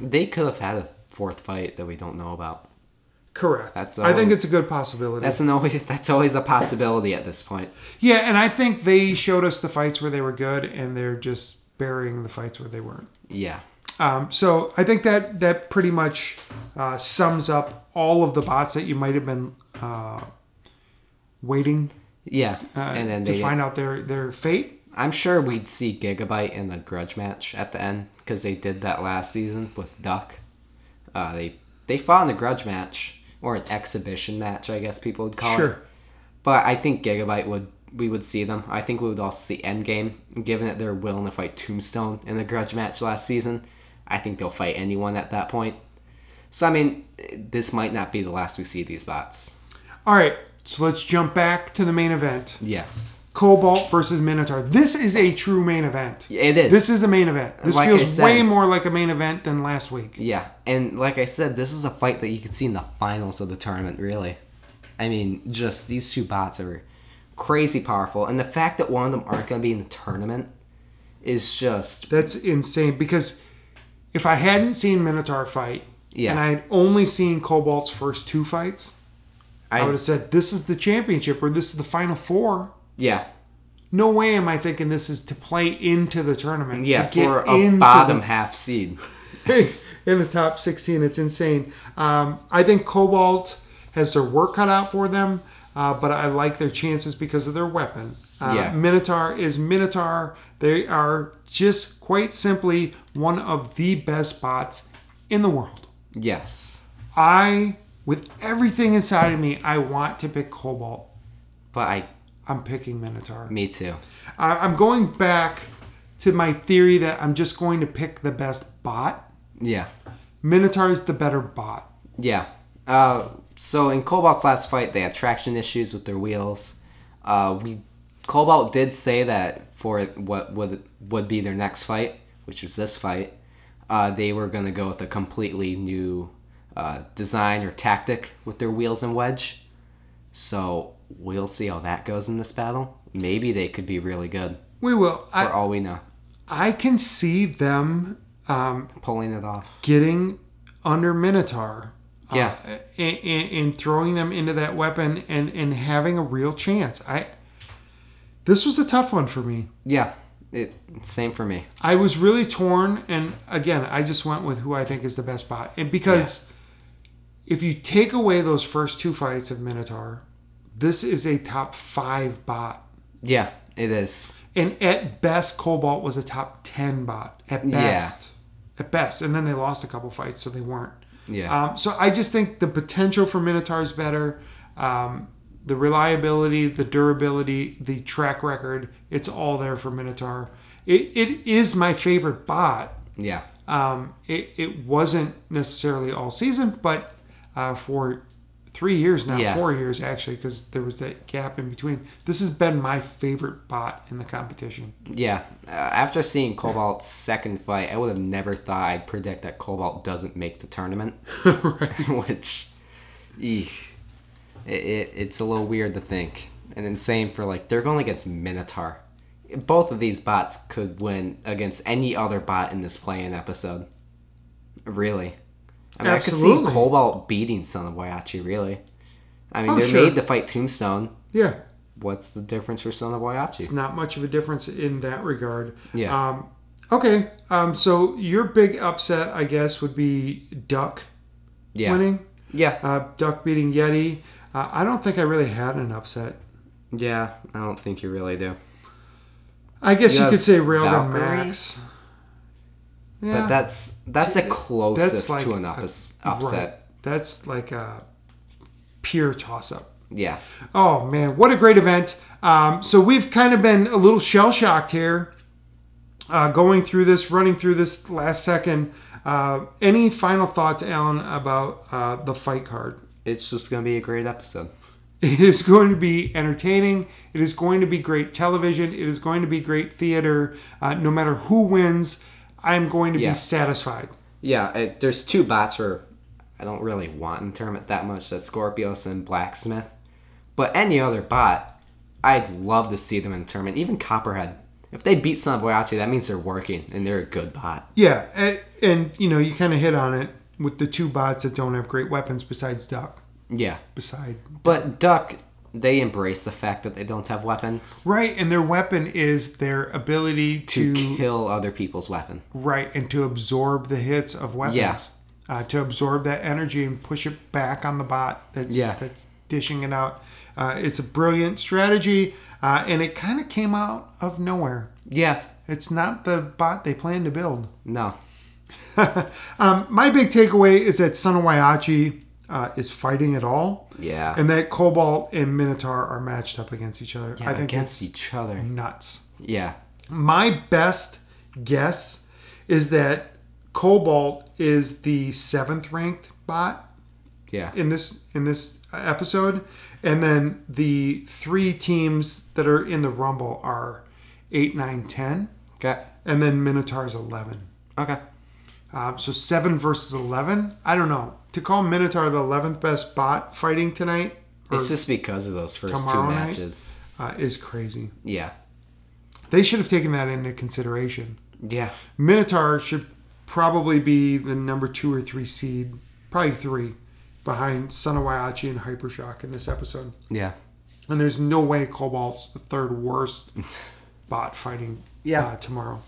Speaker 2: they could have had a fourth fight that we don't know about.
Speaker 1: Correct.
Speaker 2: That's
Speaker 1: I think
Speaker 2: always-
Speaker 1: it's a good possibility.
Speaker 2: That's an always that's always a possibility at this point.
Speaker 1: Yeah, and I think they showed us the fights where they were good, and they're just burying the fights where they weren't.
Speaker 2: Yeah,
Speaker 1: Um, so I think that that pretty much uh, sums up all of the bots that you might have been uh, waiting
Speaker 2: yeah,
Speaker 1: uh,
Speaker 2: and then
Speaker 1: to
Speaker 2: they
Speaker 1: find out their their fate.
Speaker 2: I'm sure we'd see Gigabyte in the grudge match at the end because they did that last season with Duck. Uh, they they fought in the grudge match or an exhibition match, I guess people would call it.
Speaker 1: Sure.
Speaker 2: But I think Gigabyte would we would see them. I think we would also see Endgame, given that they're willing to fight Tombstone in the grudge match last season. I think they'll fight anyone at that point. So I mean, this might not be the last we see these bots.
Speaker 1: All right, so let's jump back to the main event:
Speaker 2: Yes,
Speaker 1: Cobalt versus Minotaur. This is a true main event.
Speaker 2: it is.
Speaker 1: This is a main event. This
Speaker 2: Like I
Speaker 1: feels
Speaker 2: said-
Speaker 1: way more like a main event than last week.
Speaker 2: Yeah, and like I said, this is a fight that you could see in the finals of the tournament, really. I mean, just these two bots are crazy powerful, and the fact that one of them aren't going to be in the tournament is just.
Speaker 1: That's insane because if I hadn't seen Minotaur fight
Speaker 2: Yeah.
Speaker 1: and I had only seen Cobalt's first two fights, I would
Speaker 2: I,
Speaker 1: have said, "This is the championship, or this is the final four.
Speaker 2: yeah,
Speaker 1: No way am I thinking this is to play into the tournament.
Speaker 2: yeah,
Speaker 1: to get
Speaker 2: for a
Speaker 1: into
Speaker 2: bottom half seed.
Speaker 1: the, in the top sixteen, it's insane. Um, I think Cobalt has their work cut out for them, uh, but I like their chances because of their weapon. Uh,
Speaker 2: Yeah.
Speaker 1: Minotaur is Minotaur. They are just quite simply one of the best bots in the world.
Speaker 2: Yes,
Speaker 1: I, with everything inside of me, I want to pick Cobalt.
Speaker 2: but I,
Speaker 1: I'm picking Minotaur.
Speaker 2: me too.
Speaker 1: I- I'm going back to my theory that I'm just going to pick the best bot.
Speaker 2: Yeah,
Speaker 1: Minotaur is the better bot.
Speaker 2: yeah. Uh, so in Cobalt's last fight, they had traction issues with their wheels. Uh, we Cobalt did say that for what would would be their next fight, which is this fight, uh, they were gonna go with a completely new uh, design or tactic with their wheels and wedge. So we'll see how that goes in this battle. Maybe they could be really good
Speaker 1: We will.
Speaker 2: for
Speaker 1: I,
Speaker 2: all we know.
Speaker 1: I can see them um,
Speaker 2: Pulling it off.
Speaker 1: getting under Minotaur uh,
Speaker 2: Yeah,
Speaker 1: and, and, and throwing them into that weapon and, and having a real chance. I. This was a tough one for me.
Speaker 2: yeah. It same for me.
Speaker 1: I was really torn, and again, I just went with who I think is the best bot. And because if you take away those first two fights of Minotaur, this is a top five bot.
Speaker 2: Yeah, it is.
Speaker 1: And at best, Cobalt was a top 10 bot. At
Speaker 2: Yeah.
Speaker 1: best. At best. And then they lost a couple fights, so they weren't.
Speaker 2: Yeah.
Speaker 1: Um, so I just think the potential for Minotaur is better. Um, the reliability, the durability, the track record, it's all there for Minotaur. It, it is my favorite bot.
Speaker 2: yeah.
Speaker 1: Um, it, it wasn't necessarily all season, but uh, for three years now,
Speaker 2: Yeah.
Speaker 1: four years actually, because there was that gap in between. This has been my favorite bot in the competition.
Speaker 2: Yeah. Uh, after seeing Cobalt's second fight, I would have never thought I'd predict that Cobalt doesn't make the tournament.
Speaker 1: right.
Speaker 2: which eek, it, it, it's a little weird to think and then same for like they're going against minotaur both of these bots could win against any other bot in this play-in episode really I mean, I could
Speaker 1: Absolutely.
Speaker 2: see Cobalt beating Son of Wayachi, really. I mean,
Speaker 1: Oh,
Speaker 2: they're
Speaker 1: sure.
Speaker 2: made to fight Tombstone.
Speaker 1: Yeah.
Speaker 2: What's the difference for Son of
Speaker 1: It's
Speaker 2: Wayachi?
Speaker 1: not much of a difference in that regard.
Speaker 2: Yeah.
Speaker 1: Um, okay. Um, so your big upset, I guess, would be Duck
Speaker 2: Yeah.
Speaker 1: winning.
Speaker 2: Yeah.
Speaker 1: Uh, Duck beating Yeti. Uh, I don't think I really had an upset.
Speaker 2: Yeah, I don't think you really do.
Speaker 1: I guess
Speaker 2: You
Speaker 1: you,
Speaker 2: have
Speaker 1: could say Railgun
Speaker 2: Valkyrie?
Speaker 1: Max.
Speaker 2: But that's that's the closest
Speaker 1: like
Speaker 2: to an
Speaker 1: a-
Speaker 2: uppus-
Speaker 1: Right.
Speaker 2: upset.
Speaker 1: That's like a pure toss up.
Speaker 2: Yeah.
Speaker 1: Oh man, what a great event! Um, so we've kind of been a little shell shocked here, uh, going through this, running through this last second. Uh, any final thoughts, Alan, about uh, the fight card?
Speaker 2: It's just going to be a great episode.
Speaker 1: It is going to be entertaining. It is going to be great television. It is going to be great theater. Uh, no matter who wins, I'm going to
Speaker 2: Yeah.
Speaker 1: be satisfied.
Speaker 2: Yeah, I, there's two bots where I don't really want in tournament that much. That's Scorpios and Blacksmith. But any other bot, I'd love to see them in tournament. Even Copperhead. If they beat Son of Boyachi, that means they're working and they're a good bot.
Speaker 1: Yeah, and, and you know, you kind of hit on it with the two bots that don't have great weapons besides Duck.
Speaker 2: Yeah.
Speaker 1: Beside
Speaker 2: But Duck, they embrace the fact that they don't have weapons
Speaker 1: right, and their weapon is their ability
Speaker 2: to
Speaker 1: to,
Speaker 2: kill other people's weapon.
Speaker 1: right and to absorb the hits of weapons.
Speaker 2: Yeah.
Speaker 1: Uh, to absorb that energy and push it back on the bot that's
Speaker 2: Yeah.
Speaker 1: that's dishing it out. Uh, it's a brilliant strategy, uh, and it kind of came out of nowhere.
Speaker 2: Yeah.
Speaker 1: It's not the bot they planned to build.
Speaker 2: No.
Speaker 1: Um, my big takeaway is that Sunawayachi uh, is fighting it all.
Speaker 2: Yeah.
Speaker 1: And that Cobalt and Minotaur are matched up against each other. I think
Speaker 2: against
Speaker 1: it's
Speaker 2: each other.
Speaker 1: nuts.
Speaker 2: Yeah.
Speaker 1: My best guess is that Cobalt is the seventh ranked bot
Speaker 2: Yeah.
Speaker 1: in this in this episode, and then the three teams that are in the Rumble are eight, nine, ten,
Speaker 2: Okay.
Speaker 1: and then Minotaur is eleven.
Speaker 2: Okay.
Speaker 1: Um, so seven versus eleven. I don't know. To call Minotaur the eleventh best bot fighting tonight or,
Speaker 2: It's just because of those first two
Speaker 1: Tomorrow night?
Speaker 2: matches.
Speaker 1: uh, is crazy.
Speaker 2: Yeah.
Speaker 1: They should have taken that into consideration.
Speaker 2: Yeah.
Speaker 1: Minotaur should probably be the number two or three seed, probably three, behind Sunawayachi and Hypershock in this episode.
Speaker 2: Yeah.
Speaker 1: And there's no way Cobalt's the third worst bot fighting
Speaker 2: Yeah.
Speaker 1: uh, tomorrow.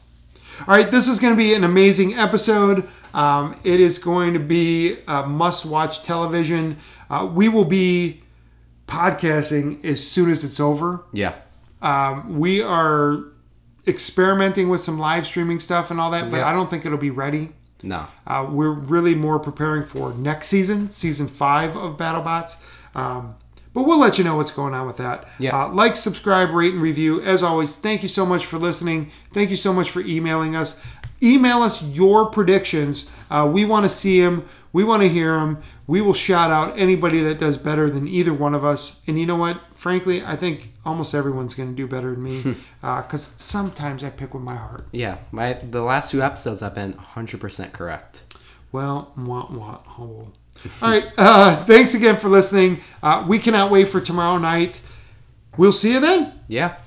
Speaker 1: All right, this is going to be an amazing episode. Um, it is going to be uh, must watch television. Uh, we will be podcasting as soon as it's over.
Speaker 2: Yeah.
Speaker 1: Um, we are experimenting with some live streaming stuff and all that, but
Speaker 2: Yeah.
Speaker 1: I don't think it'll be ready.
Speaker 2: No.
Speaker 1: Uh, we're really more preparing for next season, season five of BattleBots. Um, but we'll let you know what's going on with that.
Speaker 2: Yeah.
Speaker 1: Uh, like, subscribe, rate, and review. As always, thank you so much for listening. Thank you so much for emailing us. Email us your predictions. Uh, we want to see them. We want to hear them. We will shout out anybody that does better than either one of us. And you know what? Frankly, I think almost everyone's going to do better than me because sometimes I pick with my heart.
Speaker 2: Yeah, my the last two episodes I've been 100% correct.
Speaker 1: Well, wah, wah, humble. All right. Uh, thanks again for listening. Uh, we cannot wait for tomorrow night. We'll see you then.
Speaker 2: Yeah.